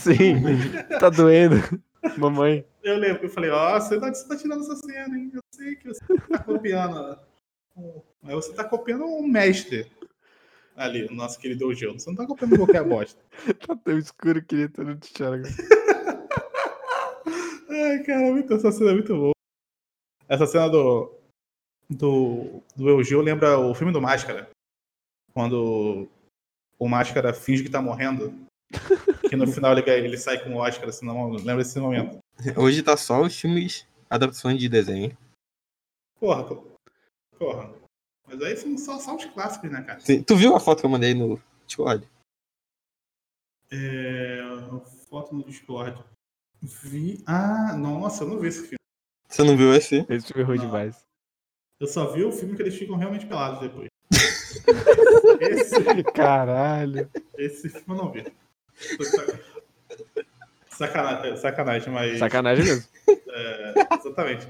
Sim, tá doendo. Mamãe. Eu lembro, eu falei, ó, você, tá, você tá tirando essa cena, hein? Eu sei que você tá copiando. um- Mas você tá copiando um mestre ali, o nosso querido Eugeu. Você não tá copiando qualquer bosta. Tá tão escuro que ele tá no enxerga. Ai, cara, muito, essa cena é muito boa. Essa cena do, do, do Eugeu lembra o filme do Máscara. Quando o Máscara finge que tá morrendo. Que no final ele, ganha- ele sai com o Oscar, se não lembra esse momento. Hoje tá só os filmes adaptações de desenho. Porra, pô. porra. Mas aí são só, só os clássicos, né, cara? Sim. Tu viu a foto que eu mandei no Discord? É, foto no Discord. Vi. Ah, nossa, eu não vi esse filme. Você não viu esse? Esse filme é ruim Não. demais. Eu só vi o filme que eles ficam realmente pelados depois. esse, Caralho. esse filme eu não vi. Foi saca- Sacanagem, é sacanagem, mas. Sacanagem mesmo. é, exatamente.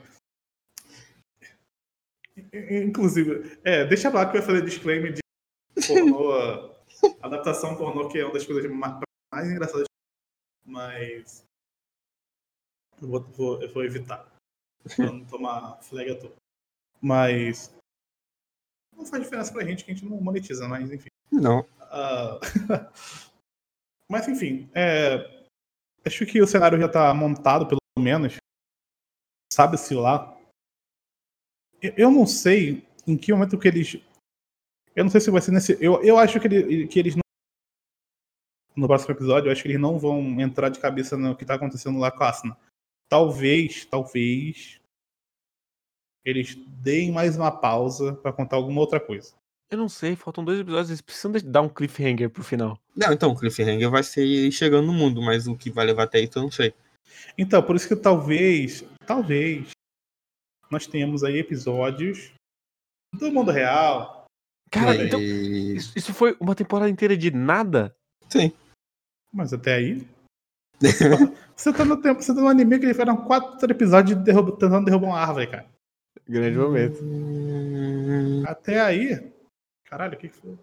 I- i- Inclusive, é, deixa lá que eu ia fazer disclaimer de pornô. adaptação pornô, que é uma das coisas ma- mais engraçadas. Mas. Eu vou, vou- eu vou evitar. Pra não tomar flag à toa. Mas. Não faz diferença pra gente que a gente não monetiza, mas enfim. Não. Ah, Mas enfim, é, acho que o cenário já tá montado, pelo menos. Sabe-se lá. Eu- Eu não sei em que momento que eles. Eu não sei se vai ser nesse. Eu, eu acho que, ele, que eles não. No próximo episódio, eu acho que eles não vão entrar de cabeça no que tá acontecendo lá com a Asuna. Talvez, talvez. Eles deem mais uma pausa pra contar alguma outra coisa. Eu não sei, faltam dois episódios, eles precisam de- dar um cliffhanger pro final. Não, então, o cliffhanger vai ser ele chegando no mundo, mas o que vai levar até isso eu não sei. Então, por isso que talvez, talvez, nós tenhamos aí episódios do mundo real. Cara, Mas- então, isso, isso foi uma temporada inteira de nada? Mas até aí. você tá no tempo, você tá no anime que eles fizeram quatro episódios de derrub- tentando derrubar uma árvore, cara. Grande momento. Hum, Até aí. Caralho, o que, que foi?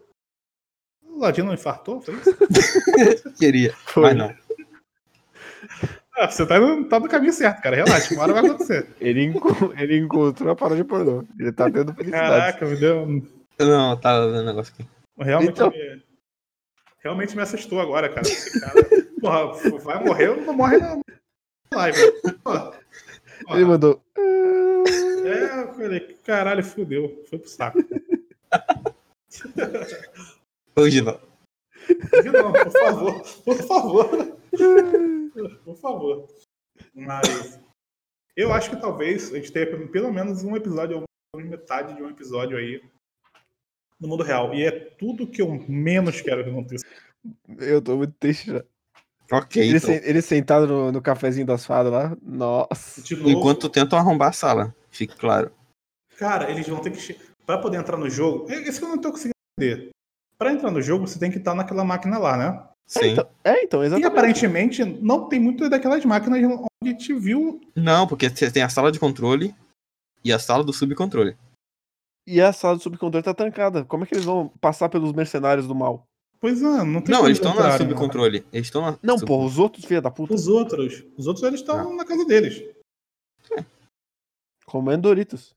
O Ladino infartou? Foi isso? Queria, Foi. mas não. Ah, você tá no, tá no caminho certo, cara. Relaxa, uma hora vai acontecer. Ele, enco- ele encontrou a parada de pornô. Ele tá tendo felicidade. Caraca, me deu. Não, tá vendo o negócio aqui. Realmente, Então. me, realmente me assustou agora, cara. Esse cara porra, vai morrer ou não morre na live. Porra. Porra. Ele mandou. "Ah, É, eu falei, caralho, fudeu. Foi pro saco. Hoje não. Não, não, por favor, por favor. Por favor. Mas eu acho que talvez a gente tenha pelo menos um episódio, ou metade de um episódio aí no mundo real. E é tudo que eu menos quero que aconteça. Eu tô muito triste já. Ok, Ele, então. sen- ele sentado no, no cafezinho das fadas lá. Nossa. De novo, Enquanto tentam arrombar a sala, fique claro. cara, eles vão ter que. che- Pra poder entrar no jogo. é Isso que eu não tô conseguindo entender. Pra entrar no jogo, você tem que estar naquela máquina lá, né? Sim. Então, é, então, E exatamente. aparentemente não tem muito daquelas máquinas onde te viu. Não, porque você tem a sala de controle e a sala do subcontrole. E a sala do subcontrole tá trancada. Como é que eles vão passar pelos mercenários do mal? Pois é, não tem Não, como eles estão na entrarem, né? subcontrole. Eles estão na. Não, sub- porra, os outros, filha da puta, Os outros. Os outros eles estão Ah. na casa deles. comendo é Doritos.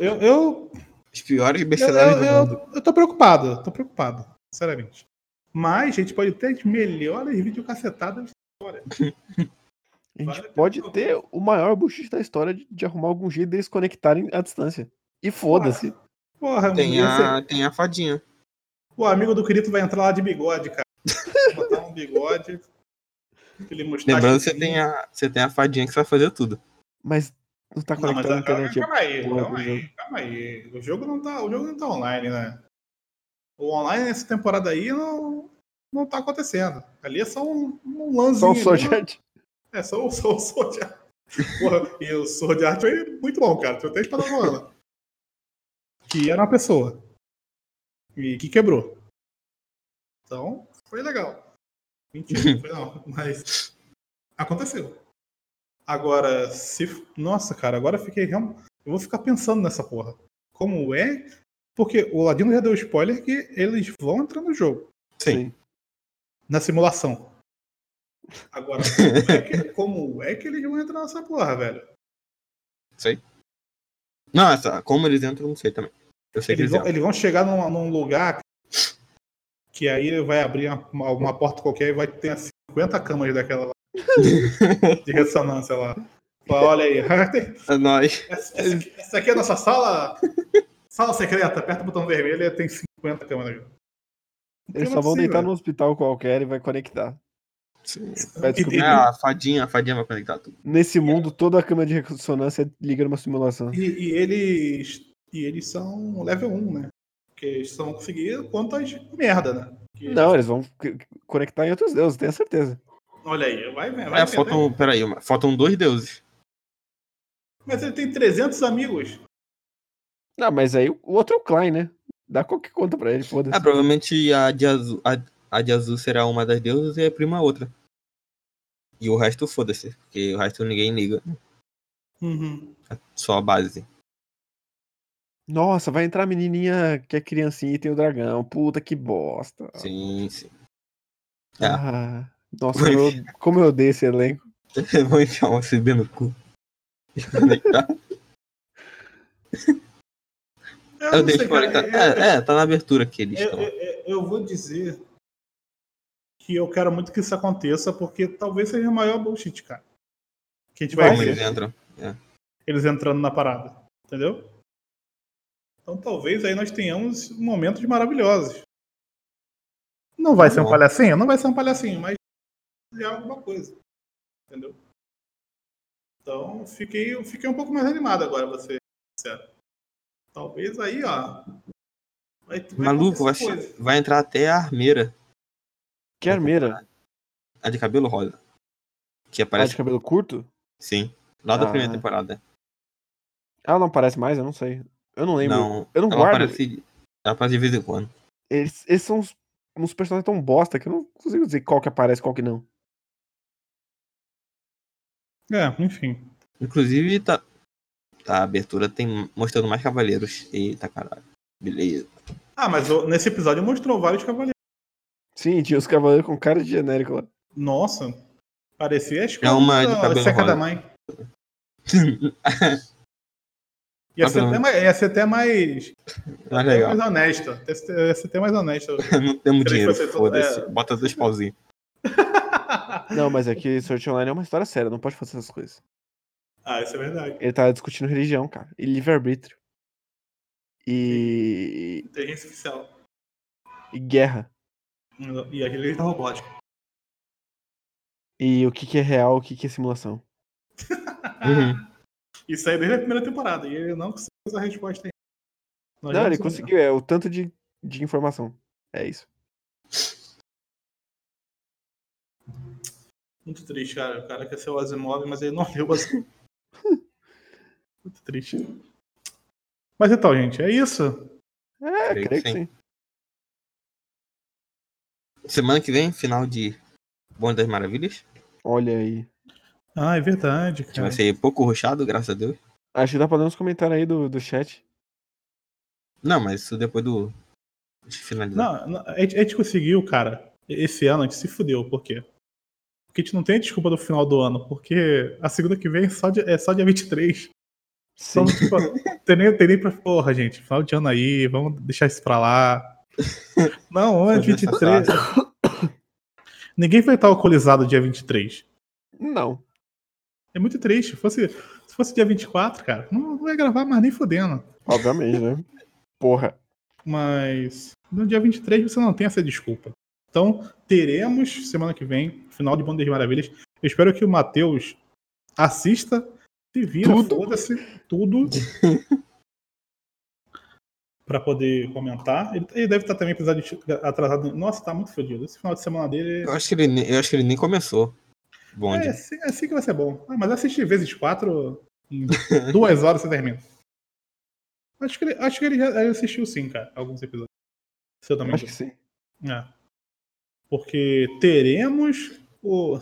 Eu, eu, Os piores eu, mercenários eu, do mundo. eu, eu tô preocupado, tô preocupado, sinceramente. Mas a gente pode ter as melhores videocacetadas. A gente Vale pode a pena. ter o maior buchiche da história de, de arrumar algum jeito deles conectarem à distância. E foda-se. Porra, Tem ia ser- a, tem a fadinha. o amigo do Quirito vai entrar lá de bigode, cara. Botar um bigode. Aquele mustache. assim. Lembrando que você tem a, você tem a fadinha que você vai fazer tudo. Mas não tá Não, mas conectado à internet. calma aí, Porra, calma do aí, calma aí. O jogo não tá, o jogo não tá online, né? O online nessa temporada aí não, não tá acontecendo. Ali é só um, um lance. Só um sorteante. É, só o só, o Sword Art. Porra, e o Sword Art foi muito bom, cara. Tinha até espada voando. Que era uma pessoa. E que quebrou. Então, foi legal. Mentira, não foi não. Mas aconteceu. Agora, se. f- Nossa, cara, agora eu fiquei. real- Eu vou ficar pensando nessa porra. Como é. Porque o Ladino já deu spoiler que eles vão entrar no jogo Sim. na simulação. Agora, como é que, como é que eles vão entrar nessa porra, velho? Não, essa, como eles entram, eu não sei também. Eu sei que Eles eles vão, entram. eles vão chegar num, num lugar que aí vai abrir uma, uma porta qualquer e vai ter as 50 câmeras daquela lá. de ressonância lá. Fala, olha aí. É nóis. Essa, essa aqui- essa aqui é a nossa sala. Sala secreta. Aperta o botão vermelho e tem 50 câmeras. Eles é só vão deitar num hospital qualquer e vai conectar. Vai E- descobrir. É, a fadinha, a fadinha vai conectar tudo. que Nesse mundo, toda a câmera de ressonância liga numa simulação. E, e eles e eles são level 1, né? Porque eles só vão conseguir quantas merda, né? Que- Não, eles vão c- conectar em outros deuses, tenho certeza. Olha aí, vai né? mesmo. É, faltam, peraí, uma- faltam dois deuses. Mas ele tem 300 amigos. Não, mas aí o o outro é o Klein, né? Dá qualquer conta pra ele, É, foda-se. provavelmente a de azul, a, a de azul será uma das deusas e a prima outra. E o resto, foda-se, porque o resto ninguém liga. Uhum. Só a base. Nossa, vai entrar a menininha que é criancinha e tem o dragão. Puta que bosta. Ah. Sim, sim. É. Ah, nossa, como eu, como eu odeio esse elenco. Vou enfiar uma CB no cu. Eu, Eu não deixo sei, cara. conectar. Eu- É, é, tá na abertura que eles eu- estão. eu- é, eu vou dizer que eu quero muito que isso aconteça, porque talvez seja o maior bullshit, cara. Que a gente vai Como ver eles entram. eles entrando na parada. Entendeu? Então talvez aí nós tenhamos momentos maravilhosos. Não vai ser um palhacinho? Não vai ser um palhacinho, mas é alguma coisa. Entendeu? Então fiquei, eu fiquei um pouco mais animado agora, você sincero. Talvez aí, ó. Vai, vai Maluco, vai, acontecer coisa. vai entrar até a armeira. Que armeira? é A de cabelo rosa. Que Ah, aparece. de cabelo curto? Sim. Lá da Ah. primeira temporada. Ela não aparece mais, eu não sei. Eu não lembro. Não. eu não ela guardo. Aparece, ela aparece de vez em quando. Eles, eles são uns, uns personagens tão bosta que eu não consigo dizer qual que aparece e qual que não. É, enfim. Inclusive, tá. Tá, a abertura tem mostrando mais cavaleiros. Eita caralho. Beleza. Ah, mas o- nesse episódio mostrou vários cavaleiros. Sim, tinha os cavaleiros com cara de genérico lá. Nossa. Parecia a escola É uma de da- cabelo seca rosa. da mãe. Ia ser, Cabelo. até mais, ia ser até mais, Mas até Tá legal. mais honesta. Ia ser ia ser até mais honesta. Não Peraí, temos dinheiro, foi feito- foda-se. é. Bota dois pauzinhos. Não, mas é que Sword Art Online é uma história séria, não pode fazer essas coisas. ah, isso é verdade. Ele tá discutindo religião, cara. E livre-arbítrio. E... Inteligência artificial. e guerra. E aquele tá robótico. E o que, que é real, o que, que é simulação. Uhum. Isso aí é desde a primeira temporada. E ele não conseguiu essa resposta aí. Nós Não, já ele conseguimos. conseguiu, é o tanto de, de informação. É isso. Muito triste, cara. O cara quer ser o Asimov, mas ele não leu o Asimov. Muito triste. Mas então, gente, é isso. É, Creio que creio, que sim. sim. Semana que vem, final de Bonde das Maravilhas. Olha aí. Ah, é verdade, Que cara. vai ser pouco roxado, graças a Deus. Acho que dá pra ler uns comentários aí do, do chat. Não, mas isso depois do. De finalizar. Não, não, a, gente, a gente conseguiu, cara. Esse ano a gente se fudeu, por quê? Porque a gente não tem desculpa do final do ano, porque a segunda que vem é só dia, é só dia 23. Sim. Então, tipo, tem nem, tem nem pra. Porra, gente, final de ano aí, vamos deixar isso pra lá. Não, Vamos hoje é 23. Ninguém vai estar alcoolizado dia 23. Não. É muito triste. Se fosse, se fosse dia 24, cara, não, não ia gravar mais nem fodendo. Obviamente, né? Porra. Mas no dia 23 você não tem essa desculpa. Então, teremos semana que vem, final de Bandas Maravilhas. Eu espero que o Matheus assista, se vira, Tudo. foda-se, tudo. pra poder comentar. Ele, ele deve estar também precisando de atrasado. Nossa, tá muito fodido. Esse final de semana dele. Eu acho que ele, nem- eu acho que ele nem começou. É, Bonde. assim, é assim que vai ser bom. Ah, mas assistir vezes quatro, em duas horas você termina. Acho que ele, acho que ele já ele assistiu sim, cara, alguns episódios. Se eu também. Acho que sim. É. Porque teremos o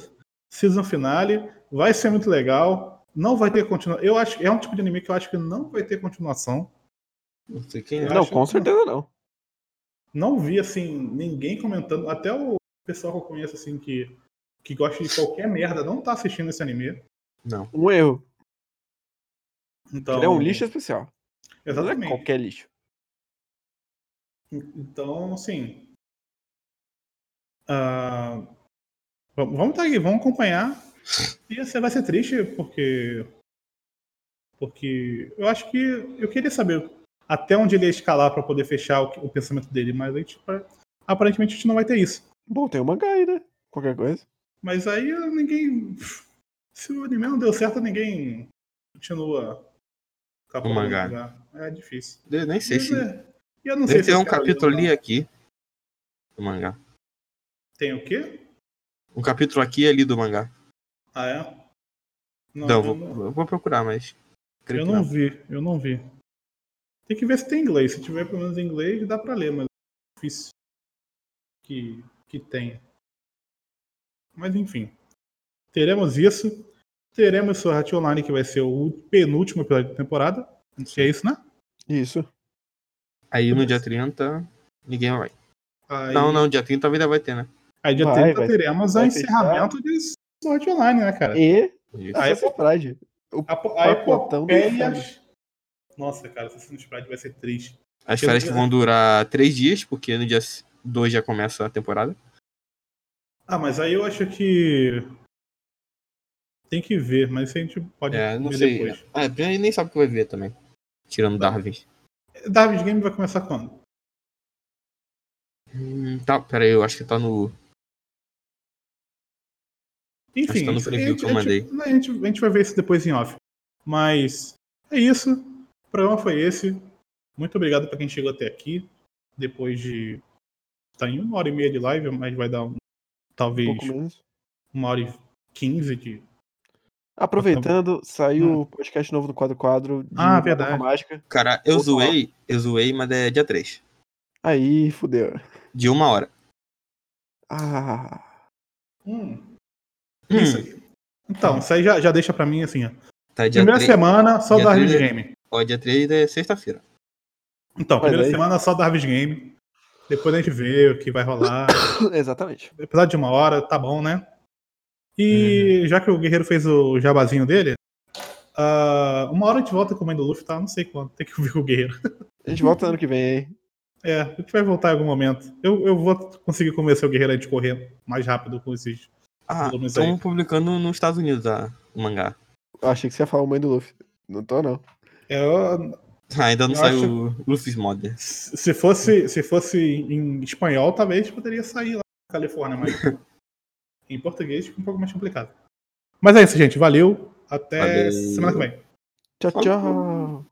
season finale, vai ser muito legal. Não vai ter continuação. Eu acho é um tipo de anime que eu acho que não vai ter continuação. Não sei quem é. Eu não, acho com que certeza não. Não vi assim ninguém comentando, até o pessoal que eu conheço assim que que gosta de qualquer merda não tá assistindo esse anime. Não. Um erro. Então Ele é um lixo especial. Não é Exatamente. qualquer lixo. Então, assim. ah, vamos vamos tá aí, vamos acompanhar. E você vai ser triste, porque. Porque eu acho que. Eu queria saber até onde ele ia escalar para poder fechar o, que- o pensamento dele, mas a gente, pa- aparentemente a gente não vai ter isso. Bom, tem o mangá aí, né? Qualquer coisa. Mas aí ninguém. Se o anime não deu certo, ninguém continua. com a porra do mangá. É difícil. Eu nem sei se. Mas é- e eu não sei Deve se ter eu um quero capítulo ler ou ali não. e aqui. Do mangá. Tem o quê? Um capítulo aqui e ali do mangá. Ah, é? Não, Não, eu eu vou, não- eu vou procurar, mas. Creio eu que não vi, eu não vi. Tem que ver se tem inglês. Se tiver pelo menos em inglês, dá pra ler, mas é difícil que, que tenha. Mas enfim. Teremos isso. Teremos o Hat Online, que vai ser o penúltimo episódio da temporada. Que é isso, né? Isso. Aí no dia 30, ninguém vai. Aí, Não, não, dia 30 ainda vai ter, né? Aí dia Vai, 30 vai. teremos o Vai encerramento de Sword Art Online, né, cara? E Isso. a Aí- sociedade. A, po- a Pacotão do epopeia... inferno. Nossa, cara, esse Sprite vai ser triste. As férias que vão durar três dias, porque no dia 2 já começa a temporada. Ah, mas aí eu acho que. Tem que ver, mas isso a gente pode É, não ver sei. depois. Tá. Ah, a gente nem sabe o que vai ver também. Tirando Darwin. David Game vai começar quando? Hum, tá, pera aí, eu acho que tá no. Enfim, Acho que tá no isso- preview que eu a, gente, a, gente, a gente vai ver isso depois em off. Mas é isso. O programa foi esse. Muito obrigado pra quem chegou até aqui. Depois de. Tá em uma hora e meia de live, mas vai dar um, talvez pouco menos. uma hora e quinze de. Aproveitando, saiu o podcast novo do Quadro Quadro. de Hum. Ah, verdade. Barra Mágica. Cara, eu Opa. zoei, eu zoei, mas é dia 3. Aí, fudeu. De uma hora. Ah. Hum, Hum, Isso aí. Então, isso aí já, já deixa pra mim assim, ó. tá dia Primeira 3. semana, só dia da Harvest três é- Game. Ó, dia 3 é sexta-feira. Então, Olha primeira aí. semana, só da Harvest Game. Depois a gente vê o que vai rolar. Exatamente. apesar de uma hora, tá bom, né? Uhum. E já que o Guerreiro fez o jabazinho dele, ah, uma hora a gente volta com o mãe do Luffy, tá? Não sei quando, tem que ouvir o Guerreiro. A gente volta ano que vem, hein? É, a gente vai voltar em algum momento. Eu, eu vou conseguir convencer o Guerreiro a gente correr mais rápido com esses. Ah, Pelo menos estão aí. publicando nos Estados Unidos a, o mangá. Eu achei que você ia falar o mãe do Luffy. Não tô, não. É, Eu- Ah, ainda não Eu saiu acho- o Luffy's Mod. se, fosse, se fosse em espanhol, talvez poderia sair lá na Califórnia, mas em português fica um pouco mais complicado. Mas é isso, gente. Valeu. Até Valeu. semana que vem. Tchau, tchau.